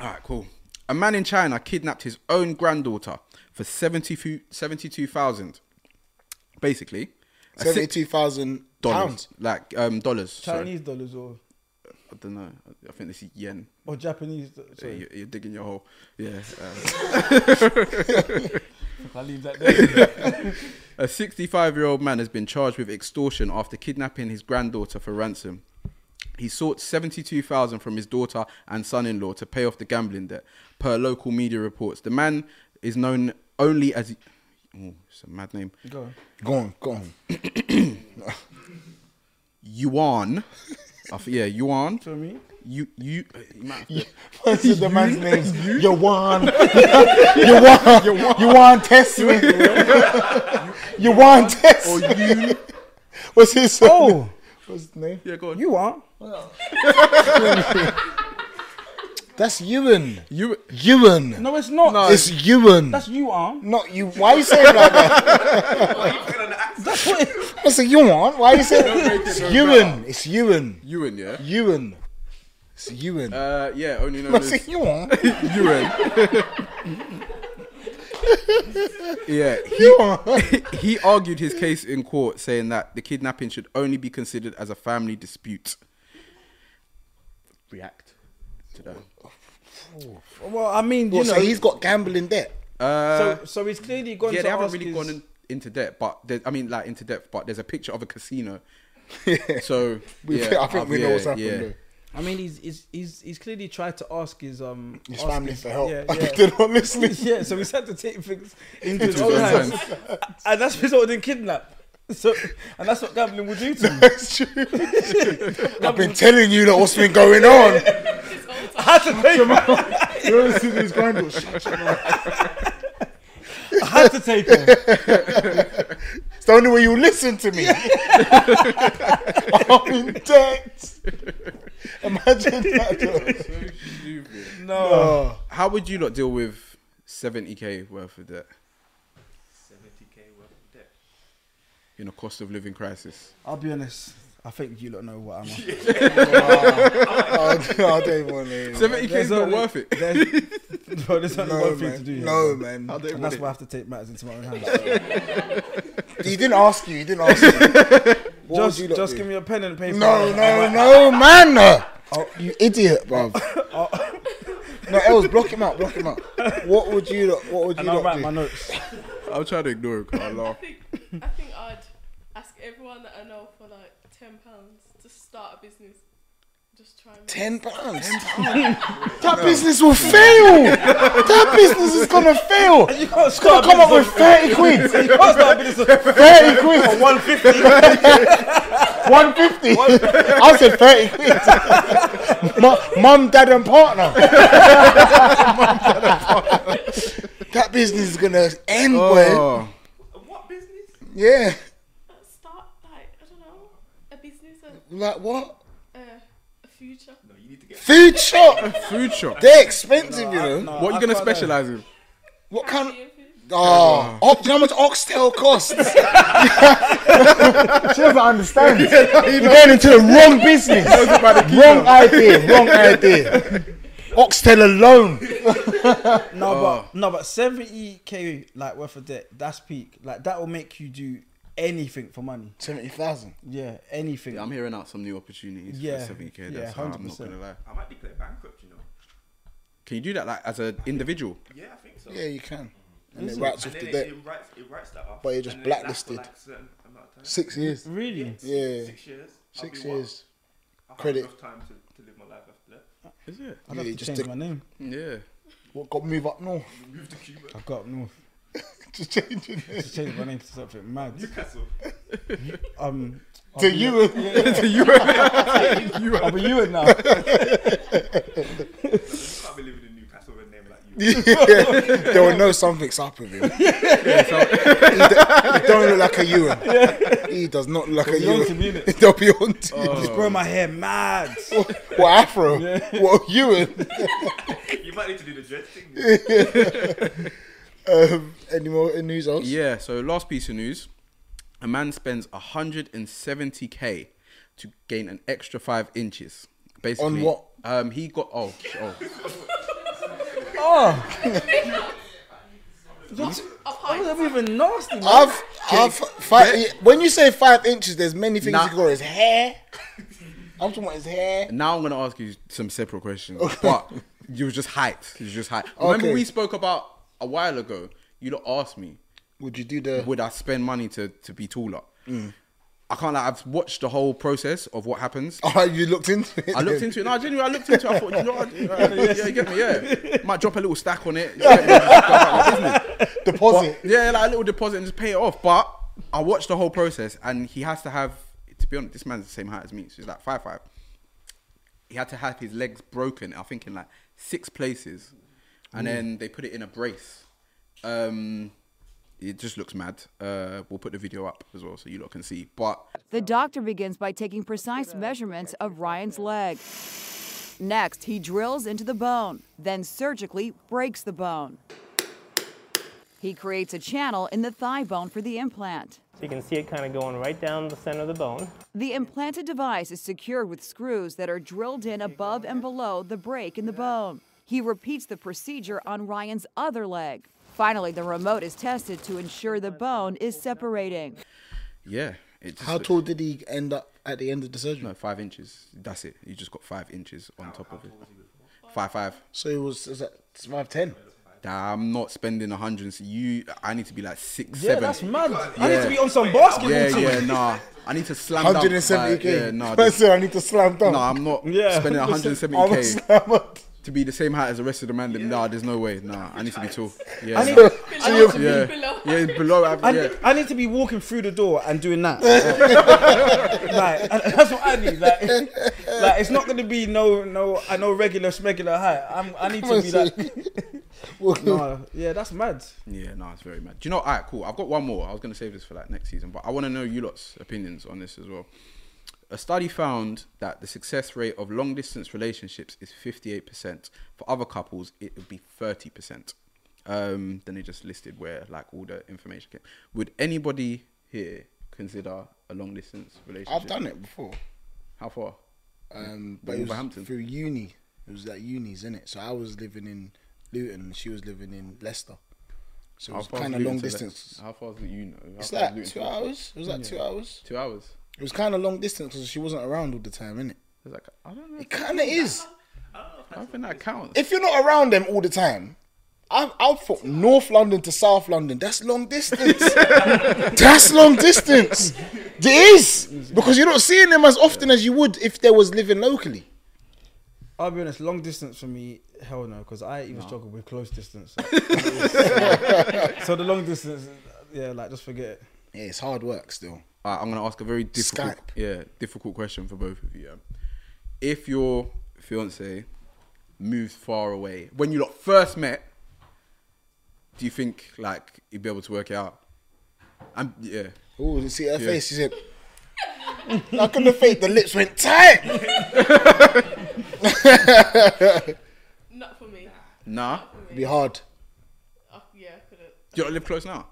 S3: All right, cool. A man in China kidnapped his own granddaughter for 72 72,000. Basically, a six-
S1: Seventy-two thousand
S3: dollars,
S1: pounds.
S3: like um dollars. Sorry.
S2: Chinese dollars or
S3: I don't know. I think this is yen.
S2: or Japanese. do-
S3: So
S2: Sorry,
S3: you're, you're digging your hole. Yeah. um,
S2: I'll leave that there.
S3: A 65 year old man has been charged with extortion after kidnapping his granddaughter for ransom. He sought 72,000 from his daughter and son-in-law to pay off the gambling debt, per local media reports. The man is known only as oh, it's a mad name.
S2: Go on.
S1: Go on, go on.
S3: Yuan. I f- yeah, Yuan.
S2: For me,
S3: You you you might have to-
S1: What's the man's name? You won. You won. You won Tessie. You won
S3: or
S1: Tessie.
S3: you
S1: What's his
S2: Oh,
S1: What's his name?
S3: Yeah, go on.
S2: you are.
S1: That's Ewan.
S3: you
S1: Ewan.
S2: No, it's not.
S1: It's Ewan.
S2: That's you are.
S1: Not you. Why you saying it like that?
S2: That's what. It,
S1: That's a Ewan. Why you saying It's Ewan. It's Ewan.
S3: Ewan, yeah.
S1: Ewan. It's Ewan.
S3: Uh yeah, only known
S1: What's
S3: as
S1: it Ewan?
S3: Ewan. yeah,
S1: Ewan.
S3: he argued his case in court, saying that the kidnapping should only be considered as a family dispute. React to that.
S2: well, I mean, you
S1: Well,
S2: know.
S1: so he's got gambling debt.
S3: Uh,
S2: so, so he's clearly gone
S3: yeah,
S2: to
S3: they haven't
S2: ask
S3: really
S2: his-
S3: gone in, into depth, but there- I mean, like into depth. But there's a picture of a casino. So
S1: We-
S3: yeah,
S1: I think
S3: uh,
S1: we know
S3: yeah,
S1: what's happened.
S3: yeah.
S1: though.
S2: I mean, he's, he's he's he's clearly tried to ask his um
S1: His
S2: ask
S1: family
S2: his-
S1: for help.
S2: Yeah, yeah.
S1: They're not listening.
S2: yeah. So he's had to take things into his
S3: Into
S2: own
S3: his own
S2: hands, and that's resulted in kidnap. So, and that's what gambling will do to him.
S1: That's true. I've been telling you that what's been going on.
S9: this whole
S2: I had to pay for my-
S1: You ever see these grinders? Shut your mouth.
S2: I had to take it.
S1: It's the only way you listen to me. I'm in debt. Imagine that.
S3: So stupid.
S1: though.
S2: No.
S3: How would you lot deal with 70k worth of debt
S8: 70k worth of debt.
S3: in a cost of living crisis?
S2: I'll be honest. I think you lot know what I'm on.
S1: Oh, no, I don't want to.
S3: 70k
S2: There's
S3: is not
S2: only-
S3: worth it.
S2: There's, no, there's only
S1: No
S2: one thing to
S1: man.
S2: do. here.
S1: no man.
S3: I don't
S2: And that's
S3: want
S2: why I have to take matters into my own hands.
S1: He didn't ask you. He didn't ask you. What would
S2: just
S1: you lot
S2: just
S1: do?
S2: give me a pen and paper.
S1: No, no,
S2: Alright.
S1: no, man. Oh, you Oh. idiot, bruv. no, Els, block him out. Block him out. What would you? lot- What would you
S2: And I'll
S1: lot
S2: write
S1: do?
S2: my notes.
S3: it. I'll try to ignore it 'cause I
S9: I
S3: laugh.
S9: think I think I'd ask everyone that I know for like ten pounds to start a business. Just try. And
S1: Ten pounds. that business will fail. that business is gonna fail.
S2: You
S1: It's
S2: can't
S1: gonna
S2: start
S1: come up with thirty
S2: business
S1: quid.
S2: on- You can't start a business
S1: Thirty quid.
S2: on 150.
S1: One fifty. I said thirty quid. Mu- Mum, dad, and partner. that business is gonna end, boy.
S3: Oh,
S8: And what business?
S1: Yeah.
S9: Start like I don't know a business and
S1: Like what?
S9: uh, a future.
S8: No, you need to get.
S1: Food shop.
S3: food shop.
S1: They're expensive, you know.
S2: No,
S3: What
S2: I
S3: you gonna
S2: can't lie.
S3: specialize in?
S1: What kind? Of,
S9: Cafe and food.
S1: oh, oh, do you know how much oxtail costs? she doesn't understand. You're going into the wrong business. wrong idea. Wrong idea. Oxtail alone.
S2: No,
S1: Oh.
S2: but no, but seventy k like worth of debt. That's peak. Like that will make you do anything for money.
S1: Seventy thousand.
S2: Yeah, anything.
S3: I'm hearing out some new opportunities
S2: Yeah,
S3: for 70k.
S2: yeah,
S3: That's how I'm not
S2: 100%.
S3: gonna lie.
S8: I might declare bankrupt, you know.
S3: Can you do that like as an individual?
S8: Yeah, I think so.
S1: Yeah, you can. And it writes
S8: And
S1: off the
S8: then it,
S1: debt.
S8: it writes it writes that off.
S1: But you're just
S8: and then it lasts for,
S1: blacklisted.
S8: Like a certain amount of time.
S1: Six years.
S2: really.
S1: Yeah.
S8: Six years. I'll
S1: Six
S8: be what?
S1: years.
S8: I'll
S1: Credit.
S8: Have enough time to, to live my life after that.
S3: Is it?
S2: I'd
S1: Yeah,
S2: have
S1: you
S2: to
S1: just
S2: change
S1: take-
S2: my name.
S3: Yeah.
S1: What got move up north?
S8: Move to Cuba,
S2: I've got no.
S1: Just changing it.
S2: Just change my name to something mad.
S8: Newcastle.
S2: Um, I'll
S1: To
S2: be-
S1: you.
S3: you
S2: I'll be you now.
S8: You can't be living in Newcastle with a name like you.
S1: they will know something's up with him. he, do, he don't look like a Ewan. He does not look like a
S2: You're on to
S1: Ewan.
S2: me, innit? Oh.
S1: They'll be on to you.
S2: Just grow my hair mad.
S1: What Afro? What Ewan?
S8: you might need to do the dread thing.
S1: Um, any more news else?
S3: Yeah, so last piece of news. A man spends 170k to gain an extra five inches. Basically,
S1: On what?
S3: Um, he got oh, sh- oh.
S2: Oh. That was even nasty. Man.
S1: I've, I've five, when you say five inches, there's many things
S3: Nah.
S1: you can go. His hair. I'm talking about his hair.
S3: Now I'm gonna ask you some separate questions, but you was just hyped. You was just hyped. Remember
S1: Okay.
S3: we spoke about a while ago. You lot asked me,
S1: Would you do the?
S3: would I spend money to to be taller? I can't. Like, I've watched the whole process of what happens.
S1: Oh, you looked into it.
S3: I looked
S1: then?
S3: into it. No, genuinely, I looked into it. I thought, you know, what, yeah, you get me, yeah. Might drop a little stack on it. you get me, just go about my business.
S1: deposit.
S3: Yeah, like a little deposit and just pay it off. But I watched the whole process, and he has to have. To be honest, this man's the same height as me, so he's like five five. He had to have his legs broken. I think in like six places, and then they put it in a brace. Um, it just looks mad. Uh, we'll put the video up as well, so you lot can see. But
S10: The doctor begins by taking precise measurements of Ryan's leg. Next, he drills into the bone, then surgically breaks the bone. He creates a channel in the thigh bone for the implant.
S11: So you can see it kind of going right down the center of the bone.
S10: The implanted device is secured with screws that are drilled in above and below the break in the bone. He repeats the procedure on Ryan's other leg. Finally, the remote is tested to ensure the bone is separating.
S3: yeah, it just
S1: How
S3: looks-
S1: tall did he end up at the end of the surgery?
S3: No, five inches. That's it. You just got five inches on top of it. Five five.
S1: So it was, was that five ten.
S3: Nah, I'm not spending a hundred. You, I need to be like six
S2: Yeah,
S3: seven.
S2: that's mad. I
S3: Yeah.
S2: need to be on some basketball
S3: Yeah,
S2: team.
S3: yeah, nah. I need to slam dunk.
S1: 170k.
S3: like, yeah, nah.
S1: I
S3: this-
S1: said I need to slam dunk.
S3: nah, I'm not
S2: Yeah.
S3: spending
S1: I'm a
S3: 170k
S1: slammer.
S3: to be the same height as the rest of the man. then Nah, there's no way. Nah, I need to be tall. Yeah,
S2: I need,
S3: nah.
S9: Below,
S3: yeah,
S9: below.
S3: yeah, below
S2: I,
S3: average.
S2: need, I need to be walking through the door and doing that. like and that's what I need. Like, uh, like it's not gonna be no no I know regular regular height. I'm I need to be like no, yeah, that's mad.
S3: Yeah, no, it's very mad. Do you know? Alright, cool. I've got one more. I was gonna save this for like next season, but I want to know you lot's opinions on this as well. A study found that the success rate of long distance relationships is 58%. For other couples, it would be 30%. Um, then they just listed where like all the information came. Would anybody here consider a long distance relationship?
S1: I've done it before.
S3: How far?
S1: Um, but it
S3: Wolverhampton.
S1: was through uni. It was at uni's, innit? So I was living in Luton. She was living in Leicester. So it
S3: How
S1: was
S3: far is
S1: kind of
S3: Luton
S1: long
S3: to Leicester?
S1: distance.
S3: How far is it? You know, How
S1: It's
S3: far is
S1: like
S3: Luton
S1: two
S3: to Leicester?
S1: hours. It was like two hours.
S3: Two hours.
S1: It was kind of long distance because she wasn't around all the time, innit?
S3: It's like I don't know.
S1: It kind of is.
S3: I don't think that counts.
S1: If you're not around them all the time, I I thought North London to South London. That's long distance. that's long distance. It is because you're not seeing them as often as you would if they was living locally.
S2: I'll be honest, long distance for me, hell no, because I even struggle with close distance. so, the long distance, yeah, like just forget it.
S1: Yeah, it's hard work still.
S3: Alright, I'm gonna ask a very difficult, yeah, difficult question for both of you. yeah. If your fiance moves far away when you lot first met, do you think like you'd be able to work it out? I'm yeah.
S1: Oh, you see her
S3: Yeah.
S1: face? She said, "I couldn't fake the lips went tight."
S9: Not for me.
S3: Nah.
S1: Be hard.
S9: Oh, yeah, I couldn't.
S3: Do you lot live close now?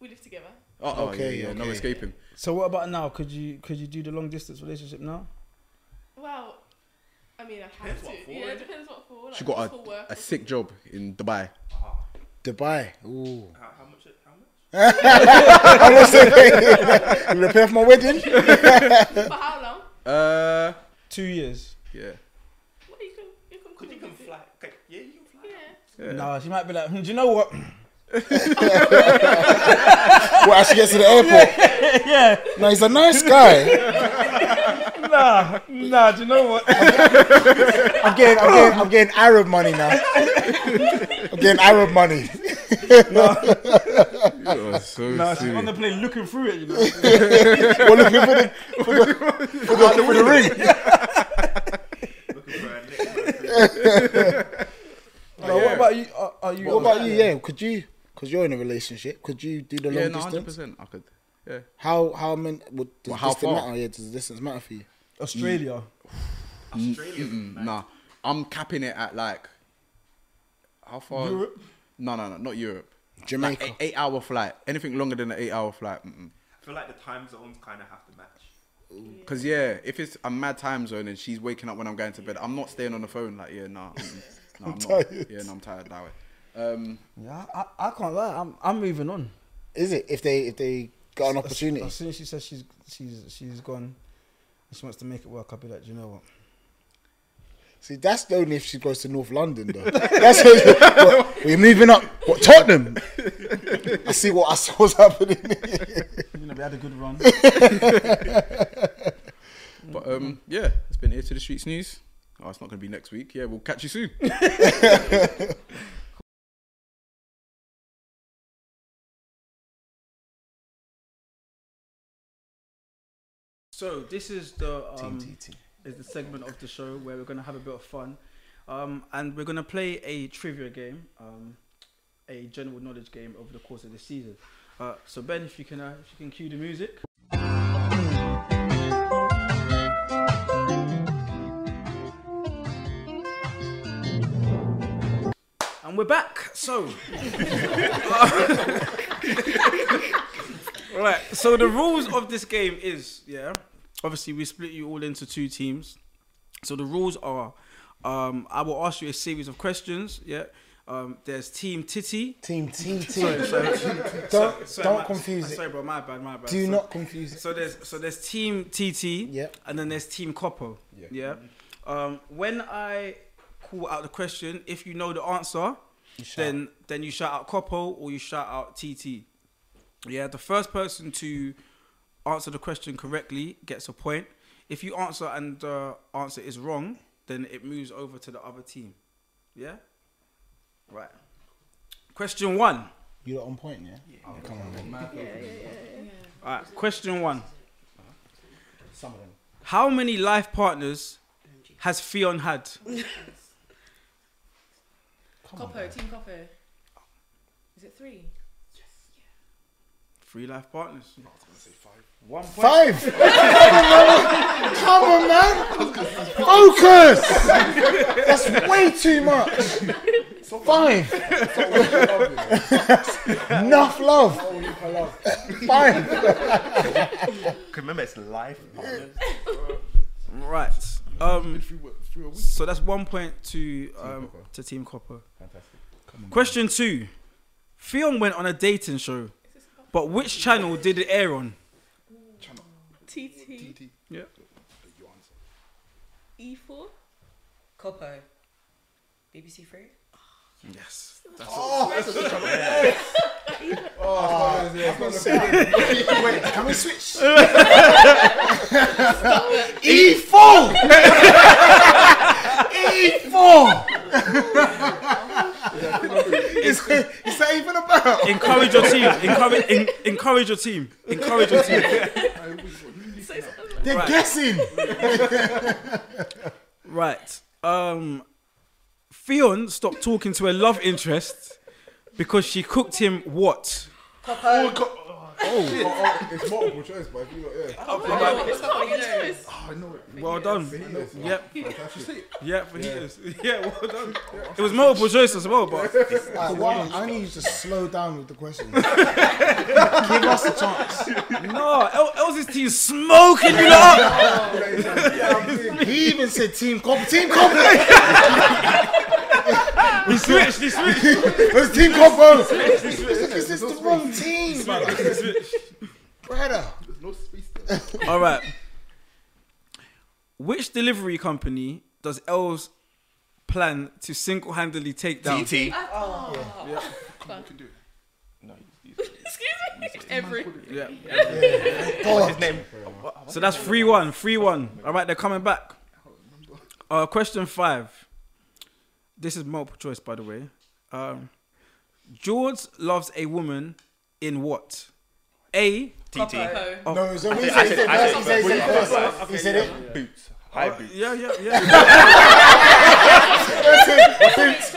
S9: We live together.
S3: Oh, oh, yeah, yeah, no
S1: okay.
S3: escaping.
S2: So what about now? Could you could you do the long distance relationship now?
S9: Well, I mean, I have
S8: Depends what
S9: to.
S8: for,
S9: yeah,
S8: innit?
S9: it depends what for. Like,
S3: She got
S9: just for
S3: a,
S9: work.
S3: a sick job in Dubai.
S1: Dubai. Ooh.
S8: Ah, How, how much? How much?
S1: I was saying, you prepare for my wedding.
S9: for how long?
S3: Uh,
S2: Two years.
S3: yeah.
S9: Well, you can, you can
S8: Could you can fly? Okay, yeah, you can fly.
S9: Yeah.
S3: Yeah.
S2: Nah, she might be like, hmm, do you know what?
S1: well, as she gets to the airport.
S2: yeah,
S1: No, he's a nice guy.
S2: nah, nah. Do you know what?
S1: I'm getting, I'm getting, I'm getting Arab money now. I'm getting Arab money.
S3: You lot are so
S2: nah, she's
S3: silly.
S2: on the plane looking through it. You know.
S1: We're looking for the, for the, for the, for the ring.
S8: Looking for a neck.
S2: Nah, What about you? Are, are you?
S1: What about you? Yeah, could you? Because you're in a relationship. Could you do the long
S3: yeah, no,
S1: distance?
S3: hundred percent. I could. Yeah.
S1: How how many? Would, does
S3: Well, how
S1: distance
S3: far?
S1: matter? Yeah, does distance matter for you?
S2: Australia.
S8: Australian. man.
S3: Mm, Nah, I'm capping it at like how far? Europe? No, no, no, not Europe.
S1: Jamaica.
S3: Like eight hour flight. Anything longer than an eight hour flight.
S8: I feel like the time zones kind of have to match.
S3: Because, yeah, if it's a mad time zone and she's waking up when I'm going to bed, I'm not staying on the phone. Like, yeah, nah. mm-mm. nah I'm, not.
S1: tired.
S3: Yeah, no, I'm tired now. Um,
S2: Yeah, I, I can't lie. I'm I'm moving on.
S1: Is it if they if they got an
S2: As-
S1: opportunity?
S2: As soon as she says she's she's she's gone, and she wants to make it work, I'll be like, do you know what?
S1: See, that's only if she goes to North London, though. That's what, we're moving up. What Tottenham? I see what I saw was happening.
S2: You know, we had a good run.
S3: but, um,
S1: Mm-hmm.
S3: yeah, it's been here to the streets news. Oh, it's not going to be next week. Yeah, we'll catch you soon.
S2: So this is the um, is the segment of the show where we're gonna have a bit of fun, um, and we're gonna play a trivia game, um, a general knowledge game over the course of the season. Uh, so Ben, if you can uh, if you can cue the music. And we're back. So, Right. So the rules of this game is yeah. Obviously, we split you all into two teams. So the rules are, um, I will ask you a series of questions. Yeah. Um, there's Team Titty.
S1: Team, team, team.
S2: Sorry, sorry,
S1: Don't
S2: sorry,
S1: don't
S2: my-
S1: confuse it.
S2: Sorry, bro. My bad. My bad.
S1: Do
S2: So-
S1: not confuse it.
S2: So there's so there's Team TT.
S1: Yep.
S2: And then there's Team Coppo. Yeah. Um, when I call out the question, if you know the answer, then then you shout out Coppo or you shout out TT. Yeah, the first person to answer the question correctly gets a point. If you answer and the answer is wrong, then it moves over to the other team. Yeah? Right. Question one.
S1: You're on point, yeah. Oh, come on, man.
S2: All right, question one. How many life partners has Fion had?
S5: Come on, Coppo, Team Coppo. Is it three?
S8: Three life partners. I was gonna say five. One point.
S1: Five. Come on, man. Come on, man. Focus. That's way too much. Five. Enough love. Five.
S8: 'Cause Remember, it's life partners. right. Um. So that's one point to um to Team Copper.
S7: Fantastic.
S2: Question two: Fionn went on a dating show, but which channel did it air on?
S9: TT.
S2: Yeah.
S6: E
S9: E4.
S6: Coppo. BBC Three.
S8: Yes.
S6: That's
S1: Oh.
S6: it.
S1: Yes. Oh,
S6: Yes.
S1: I'm sorry. Wait, can we switch?
S6: E4.
S1: E4. is, is that even about?
S2: Encourage your team. Encourage. en- encourage your team. Encourage your team.
S1: They're
S2: Right.
S1: guessing.
S2: Right. Um, Fionn stopped talking to her love interest because she cooked him what?
S7: Oh, co- oh, oh, it's multiple choice, but if you got, yeah. Oh, I know it.
S2: Well done.
S7: Fajitas.
S2: Yep.
S7: Fantastic.
S2: Yeah, fajitas. Yeah. well done. It was multiple choice as well, but
S1: Like, why, I need you to slow down with the questions. Give us a chance.
S2: no, El- Elsa's team smoking you lot.
S1: He even said team comp, team comp. it
S2: He switched. He switched.
S1: was team comp.
S2: Switched, he switched.
S1: This is the wrong team,
S2: He switched.
S1: brother.
S7: There's no space there.
S2: All right. Which delivery company does Els plan to single-handedly take down?
S3: TT.
S9: Oh.
S7: Come on, we can do it.
S9: Excuse me. Every.
S2: Yeah.
S1: God.
S8: His name.
S2: So that's 3 1, 3 1. All right, they're coming back. Uh, question five. This is multiple choice, by the way. Um, George loves a woman in what? A.
S3: TT.
S2: Oh,
S1: No, it's only he
S3: I
S1: said
S3: said-
S1: it
S3: I
S1: first. He
S3: said-
S1: said he said it
S3: wait,
S1: first. He said it.
S8: Boots. High boots.
S2: Yeah, yeah, yeah.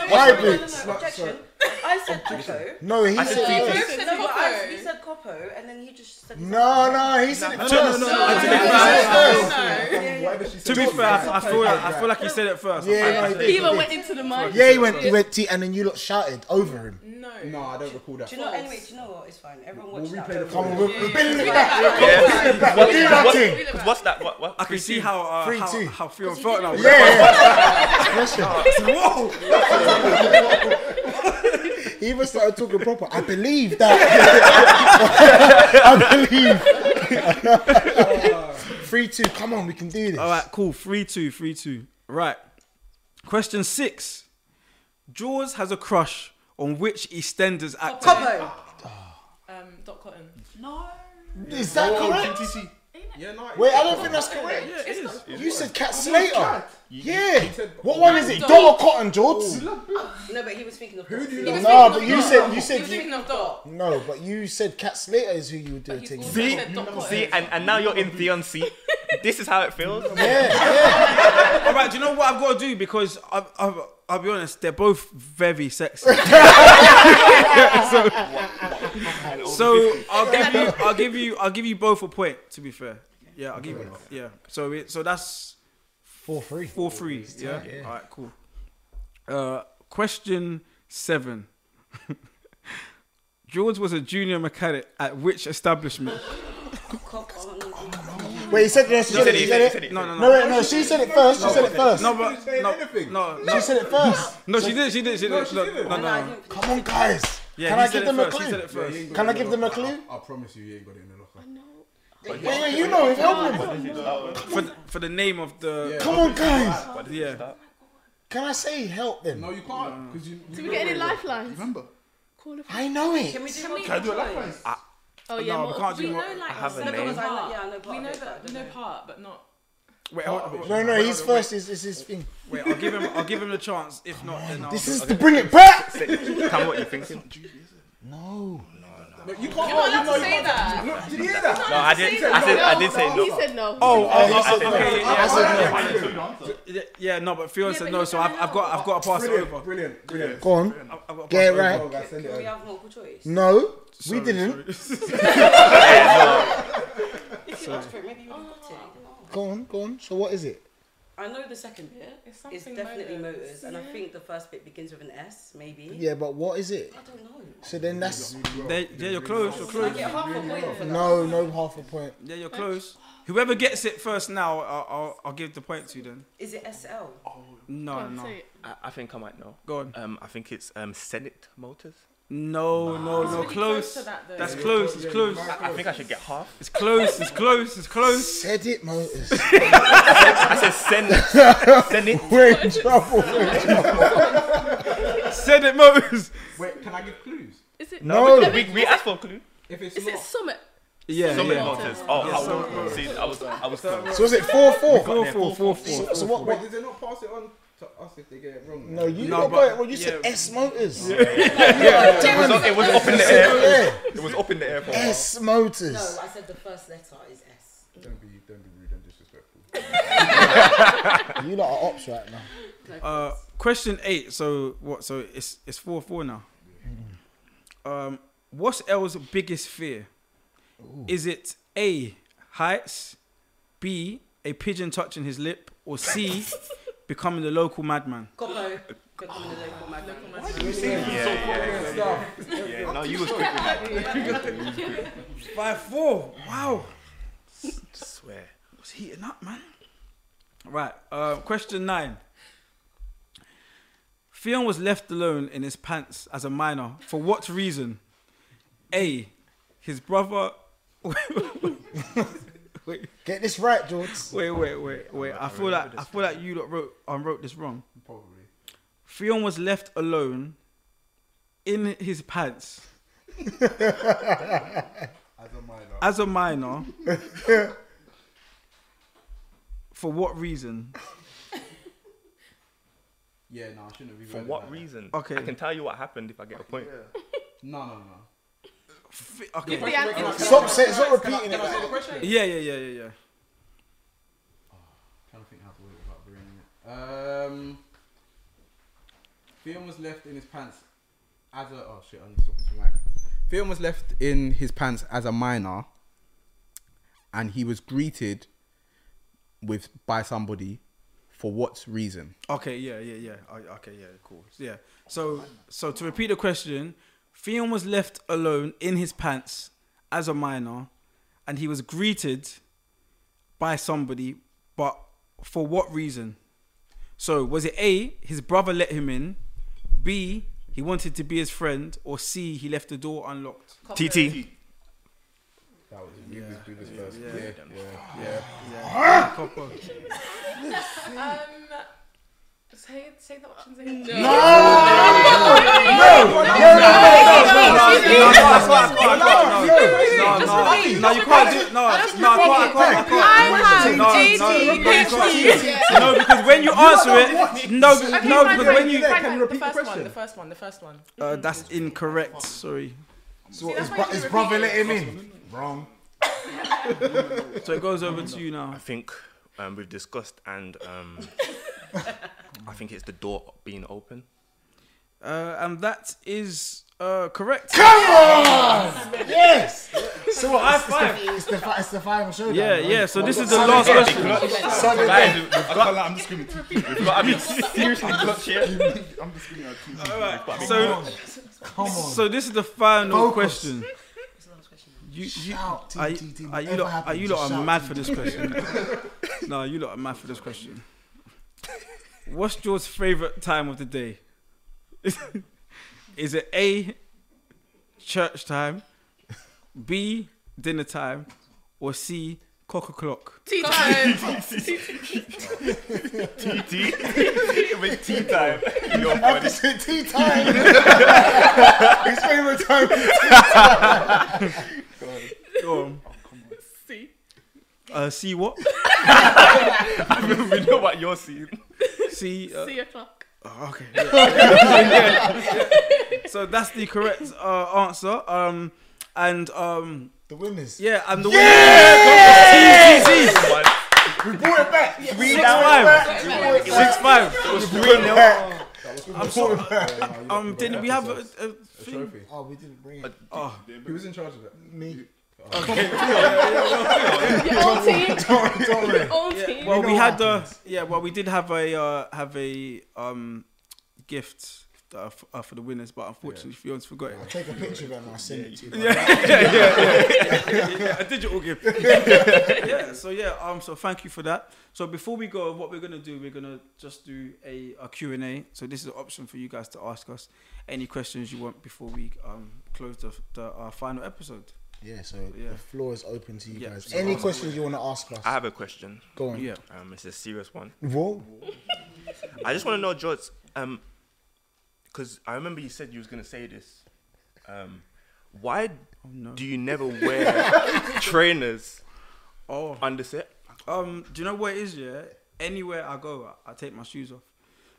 S1: That's it. Why
S6: No, no, no,
S1: boots?
S6: no, objection. I said Coppo.
S1: No, he
S3: I said
S1: said it
S3: TT.
S1: first.
S9: said
S6: No, but I,
S9: Coppo.
S6: he said Coppo, and then he just said.
S1: No, no, he said it
S2: No,
S1: first.
S2: no, no, no, no,
S1: He said
S2: to be
S1: it
S2: fair-
S1: first.
S7: Why did she
S2: To
S7: say
S2: be
S7: that?
S2: fair, I feel like I feel like he said it first.
S1: Yeah, no, he did.
S9: He
S1: he
S9: even
S1: did.
S9: went into the mic.
S1: Yeah, he went, he went T, and then you lot shouted over him.
S9: No.
S3: No, I don't recall that.
S6: Do you know? Anyway, do you know what? It's fine. Everyone watched that.
S7: replay the
S1: Come on,
S7: Yeah.
S1: we're we're building it back. We're building it back. Do that thing.
S9: Really bad.
S8: What's that? What? What?
S2: I can see how uh,
S1: Three,
S2: how,
S1: two.
S2: how Fiona felt now.
S1: Yeah, yeah. Listen,
S2: Whoa!
S1: he even started talking proper. I believe that. I believe. Three, two. Come on, we can do this.
S2: All right, cool. Three two, three two. Right. Question six. Jaws has a crush on which EastEnders actor?
S6: Coppo.
S9: Um, Dot Cotton.
S6: No.
S1: Is that correct?
S7: TT.
S3: Yeah, no.
S1: Wait, I don't think that's correct.
S2: Yeah, it is.
S1: You said Cat Slater. Yeah.
S3: said-
S1: What one is it?
S9: Dog.
S1: Dog or Cotton, George?
S6: No, but he was speaking of.
S9: He was
S1: No,
S9: thinking
S1: but
S9: of
S1: you
S9: Dot.
S1: said you
S9: He
S1: said
S9: was
S1: you.
S9: thinking of Dot.
S1: No, but you said Cat Slater is who you would do a
S9: He's
S1: thing.
S9: also
S1: with.
S3: See?
S9: said Dot Cotton.
S3: See, and, and now you're in Theon's seat. This is how it feels.
S2: All right, do you know what I've got to do? Because I've, I've, I'll be honest, they're both very sexy. so, so I'll give you, I'll give you, I'll give you both a point. To be fair, yeah, I'll give you, yeah. So, it, so that's
S1: Four three.
S2: Four three. Yeah. All right. Cool. Uh, question seven. George was a junior mechanic at which establishment?
S1: Wait, he said the rest. He said
S3: He
S1: it.
S3: said it,
S1: He
S3: he
S1: said
S3: said
S1: it.
S3: it, he
S2: No, no,
S3: said
S1: No,
S2: no.
S1: wait, no. She said it first. She said it first.
S2: No, but no, no,
S1: She
S2: no,
S1: said it first.
S2: no. She did. She did. She did. No, no, no.
S1: Come on, guys.
S2: Yeah,
S1: Can
S2: he
S1: I
S2: said
S1: give
S2: it
S1: them a
S2: first, he said
S1: clue?
S2: it first. Yeah,
S1: Can I give them a clue?
S7: I promise you, you ain't got it in the
S1: Wait,
S7: locker.
S1: wait, you know it. Help them.
S2: For the, for the name of the
S1: Come on, guys.
S2: yeah.
S1: Can I say help them?
S7: No, you can't. Because you.
S9: Do we get any lifelines?
S7: Remember?
S9: Call of-
S1: I know it.
S6: Can we do?
S9: Can
S6: one
S9: we-
S7: Can I do a
S6: time?
S7: lifeline?
S9: Oh yeah,
S2: No, we
S9: more-
S2: can't do
S9: we
S2: more-
S9: know like
S8: I have a
S9: no, but
S8: name.
S9: we know part.
S6: Yeah, I know part
S9: We
S6: of
S9: know
S6: it, but I
S9: that we
S6: don't
S9: know
S6: know.
S9: part, but not.
S2: Wait, hold, wait,
S1: No, no. He's first. Is is his thing.
S2: wait, I'll give him. I'll give him the chance. If not, then I'll.
S1: This is to bring it back.
S3: Tell me what you're thinking.
S1: No.
S7: No,
S3: No, you can't. no,
S9: You're not allowed
S3: no,
S9: to
S3: you
S9: say
S3: can't-
S9: that.
S3: Look, did you hear
S9: You're
S3: that?
S9: not allowed
S8: I
S9: to
S8: did-
S9: say
S8: I said-
S9: that.
S8: I did say no.
S9: He said no.
S2: Oh,
S8: Yeah, he
S2: oh,
S8: said
S2: oh,
S8: no.
S2: okay, yeah,
S8: I said
S2: yeah.
S8: no. I did
S2: Yeah, yeah, no, but Fiona said no, so I've, I've got, I've got to pass it
S3: Brilliant,
S2: over.
S3: brilliant, brilliant.
S1: Go on.
S2: I've- I've
S1: Get
S2: got to pass
S1: it
S2: it
S1: right.
S2: over.
S6: Can we have multiple choice?
S1: No, we didn't.
S6: If you asked for it, maybe you would have got it.
S1: Go on, go on. So what is it?
S6: I know the second bit is
S9: something
S6: definitely
S9: motors.
S6: motors, and I
S9: Yeah.
S6: think the first bit begins with an S, maybe.
S1: Yeah, but what is it?
S6: I don't know.
S1: So then that's
S2: They- yeah, you're close, you're close.
S1: No, no half a point.
S2: Yeah, you're close. Whoever gets it first now, I'll, I'll, I'll give the point to then.
S6: Is it SL?
S2: No, Go on, no. say it.
S8: I, I think I might know.
S2: Go on.
S8: Um, I think it's um, Senate Motors.
S2: No, no,
S8: It's
S2: no,
S8: really
S2: close.
S8: close to that, though.
S2: That's
S8: Yeah, you're
S2: close.
S8: close,
S2: It's
S8: yeah,
S2: close.
S8: you're I- I think I should get half.
S2: It's close. It's close. It's close.
S1: Said it, motors.
S8: I said Senate. Senate.
S1: We're in trouble. We're in trouble.
S2: Said it, motors.
S3: Wait, can I give clues?
S9: Is it?
S8: No,
S9: Let
S8: we,
S9: me-
S8: we asked for a clue.
S3: If
S9: Is it Summit?
S2: Yeah,
S8: Summit
S2: yeah.
S8: Motors. Oh,
S2: Yeah,
S8: I
S2: Summit
S8: was, see, I was, I was close.
S1: So is it four four?
S8: We got there, four, four, four,
S1: So, so
S8: four,
S1: what?
S3: Wait,
S1: what-
S3: did they not pass it on to us if they get it wrong?
S1: No, you
S3: No,
S1: no,
S3: but-
S1: got it. Well, you said
S3: yeah.
S1: S motors.
S3: Yeah. Yeah. It was up- it was up in the air. It was up in the air for a while.
S1: S motors.
S6: No, I said the first letter is S.
S3: Don't be, don't be rude and disrespectful.
S1: you lot are ops right now.
S2: Uh, question eight. So what? So it's it's four four now. Um, what's L's biggest fear? Is it A heights, B a pigeon touching his lip, or C becoming the local madman?
S6: Coppo. Becoming the local madman. Why
S3: do you say Yeah,
S2: so yeah, yeah. Yeah, no, you was quick with that. By four. Wow.
S8: swear.
S2: It's heating up, man. Right. Uh, question nine. Fionn was left alone in his pants as a minor. For what reason? A. His brother. wait.
S1: Get this right, George.
S2: Wait, wait, wait, wait. I feel like I feel like you lot wrote um, wrote this wrong. Probably. Fionn was left alone in his pants
S3: As a minor.
S2: as a minor. for what reason?
S3: Yeah, no, I shouldn't have
S8: For
S3: read
S8: what
S3: that.
S8: reason?
S2: Okay.
S8: I can tell you what happened if I get a point.
S3: No, no, no.
S2: Okay.
S3: Wait, wait, can I-
S1: Stop saying-
S3: can I-
S1: stop
S3: can I-
S1: repeating
S3: can I
S1: it.
S3: say the question?
S2: Yeah, yeah, yeah, yeah, yeah.
S3: trying to think how to word it without ruining it. Um, Theon was left in his pants as a. Oh shit! I need to talk into the mic. Theon was left in his pants as a minor, and he was greeted with by somebody. For what reason?
S2: Okay, yeah, yeah, yeah. O- Okay, yeah, cool. Yeah. So, so to repeat the question, Fionn was left alone in his pants as a minor, and he was greeted by somebody, but for what reason? So, was it A, his brother let him in, B, he wanted to be his friend, or C, he left the door unlocked?
S8: TT.
S3: That was you yeah, do this first. Yeah, yeah, yeah.
S2: Yeah. Copper.
S9: um, say say the options again. No.
S2: No, because when you answer it, no,
S12: Okay,
S2: no,
S12: fine,
S2: because
S12: fine,
S2: when you,
S12: fine, fine. the first one, the first one, the first one.
S2: uh, that's incorrect. Sorry.
S12: So what, his bro- his brother let him in?
S3: Wrong.
S2: So it goes over to you now.
S8: I think um, we've discussed, and um, I think it's the door being open.
S2: Uh, and that is uh, correct.
S1: Come on! Yes!
S2: So what, high
S1: it's,
S2: five?
S1: The, it's, the, fi- it's the final showdown.
S2: Yeah,
S1: man.
S2: yeah, so this is the last question.
S1: Sunday
S8: Guys,
S1: day.
S8: we've got, I'm just gonna we've got, I mean, seriously, clutch here. I'm just gonna
S2: Alright, so, so this is the final
S1: Focus.
S2: question. You, you,
S1: Shout,
S2: are,
S1: team, team,
S2: you- are you
S1: whatever
S2: lot, are
S1: happens,
S2: you lot
S1: just
S2: are
S1: shout,
S2: mad
S1: team,
S2: for this
S1: team.
S2: question? no, you lot are mad for this question. What's George's favourite time of the day? Is it A, church time, B, dinner time, or C, cock o'clock?
S9: Tea time.
S8: TT. With tea time. You're
S1: After say
S8: funny.
S1: tea time. His favourite time is tea time.
S2: Go on.
S9: C.
S2: Uh, C what?
S8: we know what you're seeing.
S2: C. Uh,
S9: C o'clock.
S2: Oh, okay. yeah. so that's the correct uh, answer. Um, And um,
S1: the winners.
S2: Yeah, and the
S1: Yeah!
S2: winners. Team TZ.
S1: We brought it back. We brought
S2: Six
S1: it back.
S2: five.
S1: We brought it back.
S2: Six five.
S1: It was three nil. That was
S2: I'm
S1: three
S2: sorry.
S1: nil.
S2: Um, didn't we have a, a, thing?
S1: Oh, we didn't bring it.
S2: Oh.
S3: Who was in charge of that?
S1: Me.
S2: Okay.
S13: Your own team.
S1: Don't worry, don't worry.
S13: Your own team.
S2: Well, we had the yeah. Well, we did have a uh, have a um gift uh, f- uh, for the winners, but unfortunately, Fiona's forgot it.
S1: I'll take a picture of it and I'll send it to you.
S2: Yeah, yeah, yeah, yeah, yeah, yeah, a digital gift. yeah, so yeah, um, so thank you for that. So before we go, what we're gonna do, we're gonna just do a, a Q and A. So this is an option for you guys to ask us any questions you want before we um close the, the our final episode.
S1: Yeah, so
S2: yeah.
S1: the floor is open to you
S2: Yeah,
S1: guys.
S2: so
S1: Any
S2: ask us.
S1: questions you want to ask us?
S8: I have a question.
S1: Go on. Yeah.
S8: Um, it's a serious one.
S1: Whoa.
S8: I just want to know, George, um, because I remember you said you was gonna say this. Um, why
S1: Oh,
S8: do you never wear trainers?
S2: Oh,
S8: under set.
S2: Um, do you know what it is? Yeah, anywhere I go, I, I take my shoes off.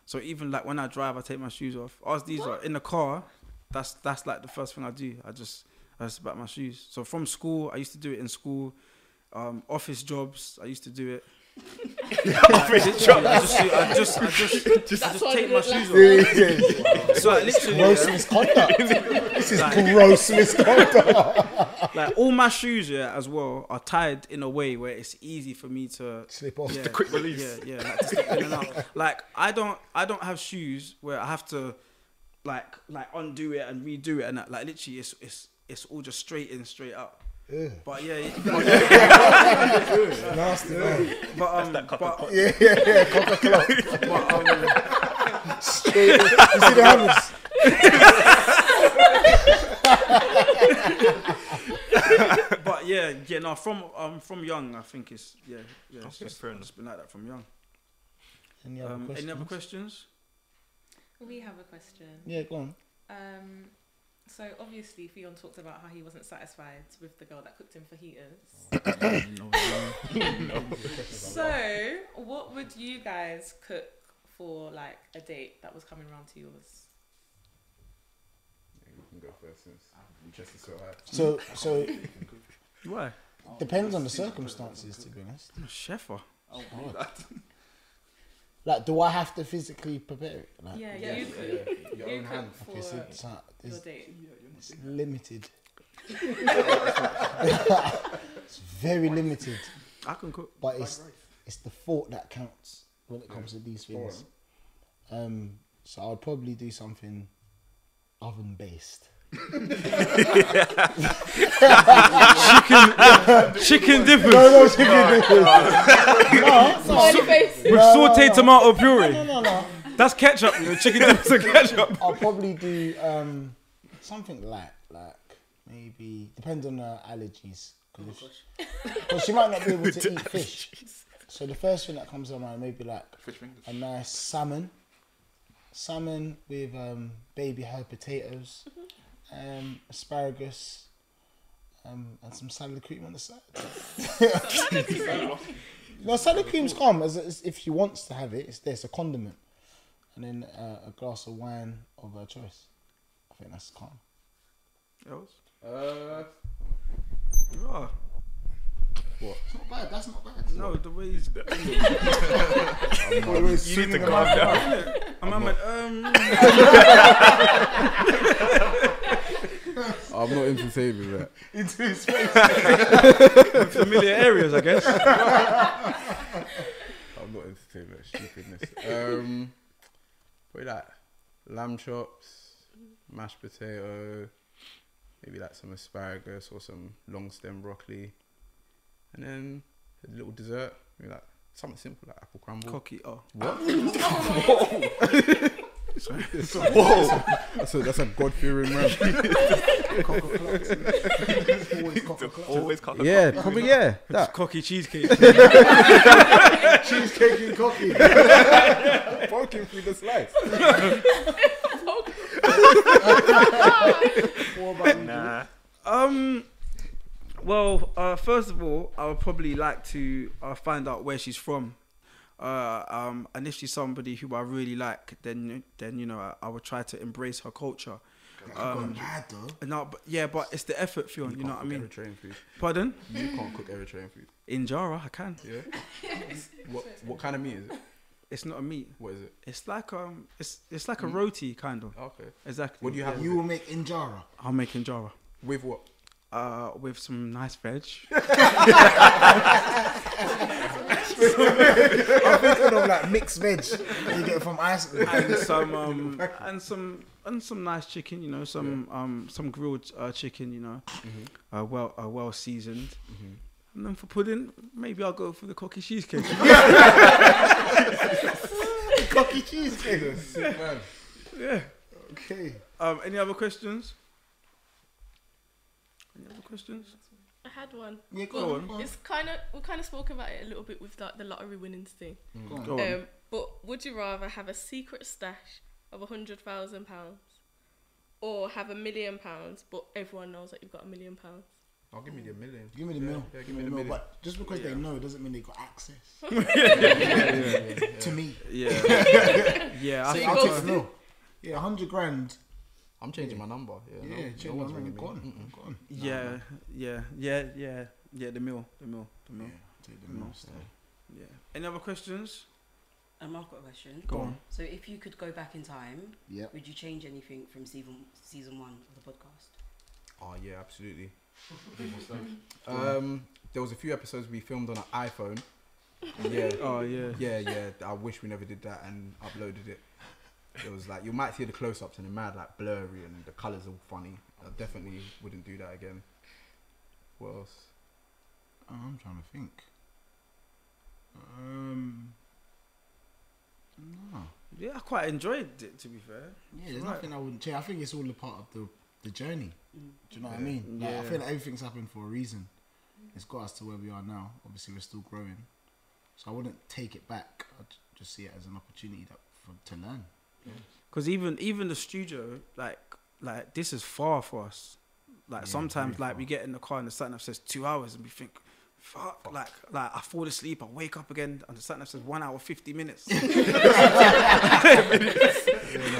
S2: So even like when I drive, I take my shoes off. As these are in the car, that's that's like the first thing I do. I just I just about my shoes. So from school, I used to do it in school. Um, office jobs, I used to do it.
S8: Office
S2: I just-
S8: jobs.
S2: I just, I just, I just, I just,
S13: That's what
S2: take
S13: it
S2: my
S13: looked like.
S2: shoes off. so I
S1: This is
S2: literally
S1: gross
S2: yeah.
S1: misconduct. This is
S2: Like-
S1: gross misconduct.
S2: like all my shoes, yeah, as well, are tied in a way where it's easy for me to
S1: slip off.
S2: Yeah,
S1: The quick release.
S2: Yeah, yeah, like to slip in and out. Like I don't, I don't have shoes where I have to, like, like undo it and redo it, and that. like literally, it's it's it's all just straight in, straight out.
S1: Yeah.
S2: But yeah, yeah.
S1: Nasty man.
S2: But um, but
S1: Yeah, yeah, yeah. Coca Cola.
S2: but um,
S1: Straight. You see the handles?
S2: but yeah, yeah, no, from um, from young, I think it's yeah, yeah, it's
S8: Okay,
S2: just,
S8: fair enough.
S2: it's been like that from young.
S1: Any other
S2: um, Any other
S1: questions?
S2: questions?
S9: We have a question.
S1: Yeah, go on.
S9: Um, so obviously Fionn talked about how he wasn't satisfied with the girl that cooked him fajitas. so what would you guys cook for like a date that was coming round to yours?
S3: You can go first since you just so high.
S1: So, so
S2: Why?
S1: depends on the circumstances, to be honest.
S2: I'm a chef. uh.
S1: Like, do I have to physically prepare it? Like,
S9: Yeah, Uh, Yeah, you yeah, cook- yeah. Your you own cook hand.
S1: Okay, so
S9: for
S1: it's, not-
S9: your
S1: it's-
S9: date.
S1: it's limited. it's very limited.
S2: I can cook,
S1: but it's it's the thought that counts when it comes to these things. Um, so I'd probably do something oven based.
S2: chicken, chicken dippers.
S1: No, no, chicken dippers. No, no.
S2: With sau-
S1: Smiley
S2: With
S1: face.
S2: sauteed
S1: No,
S2: tomato
S1: no,
S2: puree.
S1: no, no, no.
S2: That's ketchup. You know, chicken dippers are ketchup.
S1: I'll probably do um, something light, like maybe depends on her allergies. Because she might not be able to eat fish. So the first thing that comes to mind maybe like
S3: Fish fingers.
S1: a nice salmon, salmon with um, baby herb potatoes,
S3: Mm-hmm.
S1: um, asparagus, um, and some salad cream on the side. no, salad cream's calm. As, as if she wants to have it, it's there. It's a condiment, and then uh, a glass of wine of her choice. I think that's calm.
S2: Else?
S3: Uh,
S2: Oh,
S3: what?
S1: Not bad. That's not bad.
S2: no, the way he's.
S8: You need to calm down.
S2: I'm, I'm, um,
S3: I'm not into saving that.
S1: Into his face.
S2: familiar areas, I guess.
S3: I'm not entertained by that stupidness. Um, probably like lamb chops, mashed potato, maybe like some asparagus or some long stem broccoli, and then a little dessert, maybe like something simple like apple crumble.
S2: Cocky. Oh,
S3: Whoa, that's a, that's a god fearing man.
S8: Always calm down.
S3: yeah, probably yeah. That
S2: cocky cheesecake.
S1: Cheesecake and coffee.
S3: poking through the slice.
S8: Nah.
S2: Um. Well, uh, first of all, I would probably like to uh, find out where she's from. Uh, um, and if she's somebody who I really like, then then you know I, I would try to embrace her culture.
S1: That
S2: Um,
S1: could go mad, though.
S2: No, but yeah, but it's the effort, Fion. You, know what I mean?
S14: Eritrean food.
S2: Pardon?
S14: You can't cook Eritrean food.
S2: Injera, I can.
S14: Yeah. what what kind of meat is it?
S2: It's not a meat.
S14: What is it?
S2: It's like um, it's it's like a roti kind of.
S14: Okay.
S2: Exactly.
S14: What do you have
S2: Yeah.
S14: with You
S1: will make injera.
S2: I'll make injera.
S14: With what?
S2: Uh, with some nice veg.
S1: I'm thinking of like mixed veg that you get from Iceland.
S2: and some um, and some and some nice chicken, you know, some um, some grilled uh, chicken, you know, uh, well uh, well seasoned. And then for pudding, maybe I'll go for the cocky cheesecake.
S1: cocky cheesecake.
S14: Sick man.
S2: yeah.
S1: Okay.
S2: Um, any other questions? Any other questions?
S9: I had one.
S2: Yeah, go Go on. on.
S9: It's kind of we kind of spoke about it a little bit with like the lottery winnings thing.
S2: Mm. Go on. Go on.
S9: Um, but would you rather have a secret stash of a hundred thousand pounds, or have a million pounds but everyone knows that you've got a million pounds?
S14: I'll Oh, give me the million.
S1: Give me the
S14: Yeah,
S1: meal.
S14: yeah, give me the million.
S1: But just because they know doesn't mean they got access
S14: yeah,
S1: to
S14: yeah.
S1: me.
S14: Yeah.
S2: Yeah,
S1: So
S2: I
S1: I'll
S2: think-
S1: take the meal. Yeah, hundred grand.
S14: I'm changing my number. Yeah,
S1: Yeah,
S14: no-
S1: change
S14: no
S1: my
S14: one's
S1: number.
S14: ringing me.
S1: Gone.
S14: Mm-mm.
S1: Gone.
S2: yeah, yeah, yeah, yeah, yeah. The meal, the meal, the meal.
S1: Take the
S2: Mm.
S1: meal. still.
S2: Yeah. Any other questions?
S6: Um, I've got a question.
S2: Go on.
S6: So, if you could go back in time,
S1: Yeah.
S6: would you change anything from season season one of the podcast?
S3: Oh yeah, absolutely.
S14: Go on.
S3: um, there was a few episodes we filmed on an iPhone. Yeah.
S2: Oh, yeah.
S3: Yeah, yeah. I wish we never did that and uploaded it. It was like you might see the close-ups and they're mad like blurry and the colours all funny. I definitely wouldn't do that again. What else?
S1: Oh, I'm trying to think. Um. No.
S2: Yeah, I quite enjoyed it. To be fair.
S1: Yeah, there's
S2: Right.
S1: nothing I wouldn't change. I think it's all a part of the, the journey. Do you know what I
S2: Yeah.
S1: mean? Like, I
S2: Yeah.
S1: feel like everything's happened for a reason. It's got us to where we are now. Obviously, we're still growing. So I wouldn't take it back. I'd just see it as an opportunity that, for, to learn.
S2: Because even even the studio, like like this is far for us. Like
S1: Yeah,
S2: sometimes,
S1: very
S2: like we get in the car and the sat nav says two hours, and we think, fuck, like like I fall asleep, I wake up again, and the sat nav says one hour fifty minutes. I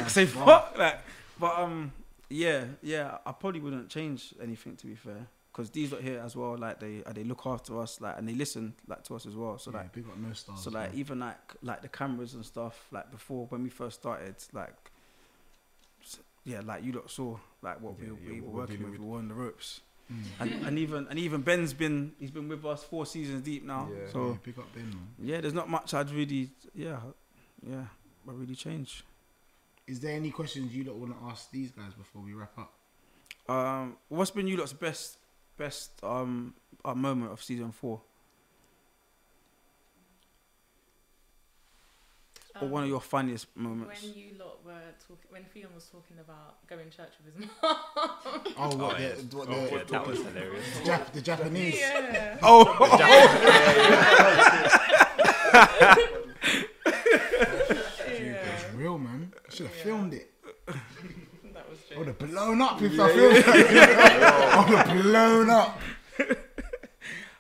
S2: say fuck, like, but um, yeah, yeah, I probably wouldn't change anything to be fair. Because these lot here as well, like they uh, they look after us, like and they listen like to us as well. So
S1: Yeah,
S2: like
S1: big up North Stars,
S2: So like e-
S1: man.
S2: even like like the cameras and stuff, like before when we first started, like s- yeah, like you lot saw like what we, we were working with, we were on the ropes.
S1: Mm.
S2: And, and even and even Ben's been he's been with us four seasons deep now.
S1: Yeah.
S2: So
S1: Yeah, big up Ben, man.
S2: Yeah, there's not much I'd really yeah yeah I really change.
S1: Is there any questions you lot want to ask these guys before we wrap up?
S2: Um, what's been you lot's best best um uh, moment of season four? or
S9: Um,
S2: one of your funniest moments?
S15: Um, When you lot were talking, when Fionn was talking about going to church with his mom.
S1: Oh, what,
S8: Oh,
S1: the,
S8: yeah.
S1: what
S8: Oh,
S1: the,
S8: yeah, that was hilarious.
S1: The, Jap- the Japanese.
S15: Yeah.
S2: Oh.
S1: It's real, man. I should have filmed it.
S15: That was
S1: I would have blown up if I
S2: Yeah,
S1: filmed it.
S2: yeah.
S1: I would have blown up.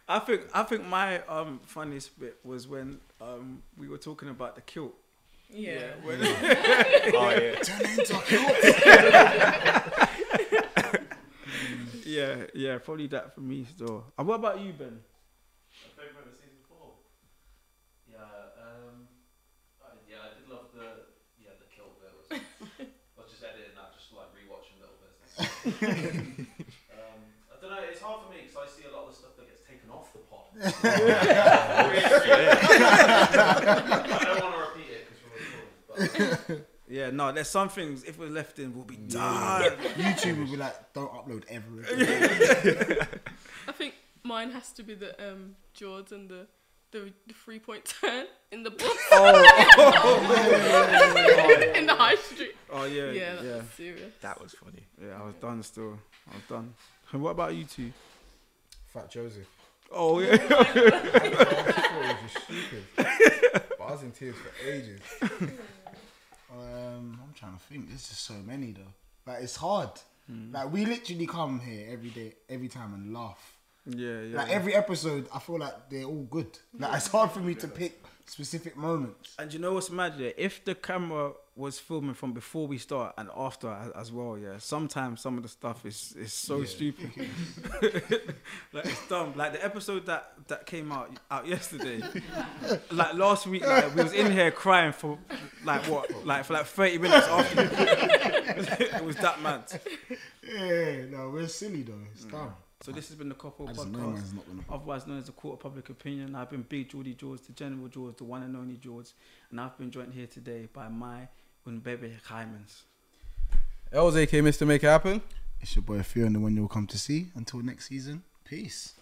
S2: I think I think my um funniest bit was when um we were talking about the kilt.
S15: Yeah.
S2: when-
S8: Oh, yeah.
S1: Turn it into a kilt.
S2: yeah, yeah, probably that for me still. And what about you, Ben?
S7: Favourite of season four? Yeah, um, I, yeah, I did love the yeah the kill bit. Was, I was just editing that, just like rewatching little bits. and stuff. um, I don't know. It's hard for me because I see a lot of the stuff that gets taken off the pod. So,
S8: Oh,
S7: I don't want to repeat it because we're recording. But
S2: Yeah, no, there's some things if we're left in we'll be done.
S1: YouTube will be like, don't upload ever.
S9: I think mine has to be the um George and the the, the three point turn in the bus.
S2: Oh.
S9: in the high street.
S2: Oh yeah.
S9: Yeah, that's
S2: yeah.
S9: serious.
S8: That was funny.
S2: Yeah, I was done still. I was done. And what about you two?
S3: Fat Joseph.
S2: Oh
S3: I
S2: yeah.
S3: thought it was just stupid. But I was in tears for ages.
S1: Um, I'm trying to think. There's just so many
S2: Hmm.
S1: though. Like it's hard. Like we literally come here every day, every time and laugh.
S2: Yeah, yeah.
S1: Like every episode, I feel like they're all good. Like it's hard for me to pick specific moments.
S2: And you know what's mad? Yeah, if the camera was filming from before we start and after as, as well, yeah. Sometimes some of the stuff is is so
S16: Yeah.
S2: stupid, like it's dumb. Like the episode that that came out out yesterday, like last week, like we was in here crying for like what, like for like thirty minutes after. it was that mad.
S1: Yeah, no, we're silly though. It's dumb.
S2: So this has been the Couple
S1: I just know mine's
S2: Podcast,
S1: not gonna-
S2: otherwise known as the Court of Public Opinion. I've been Big Geordie George, the General George, the one and only George, and I've been joined here today by my Unbebe Hymans.
S3: LJ came Mr. Make It Happen.
S1: It's your boy Fear and the one you'll come to see. Until next season, peace.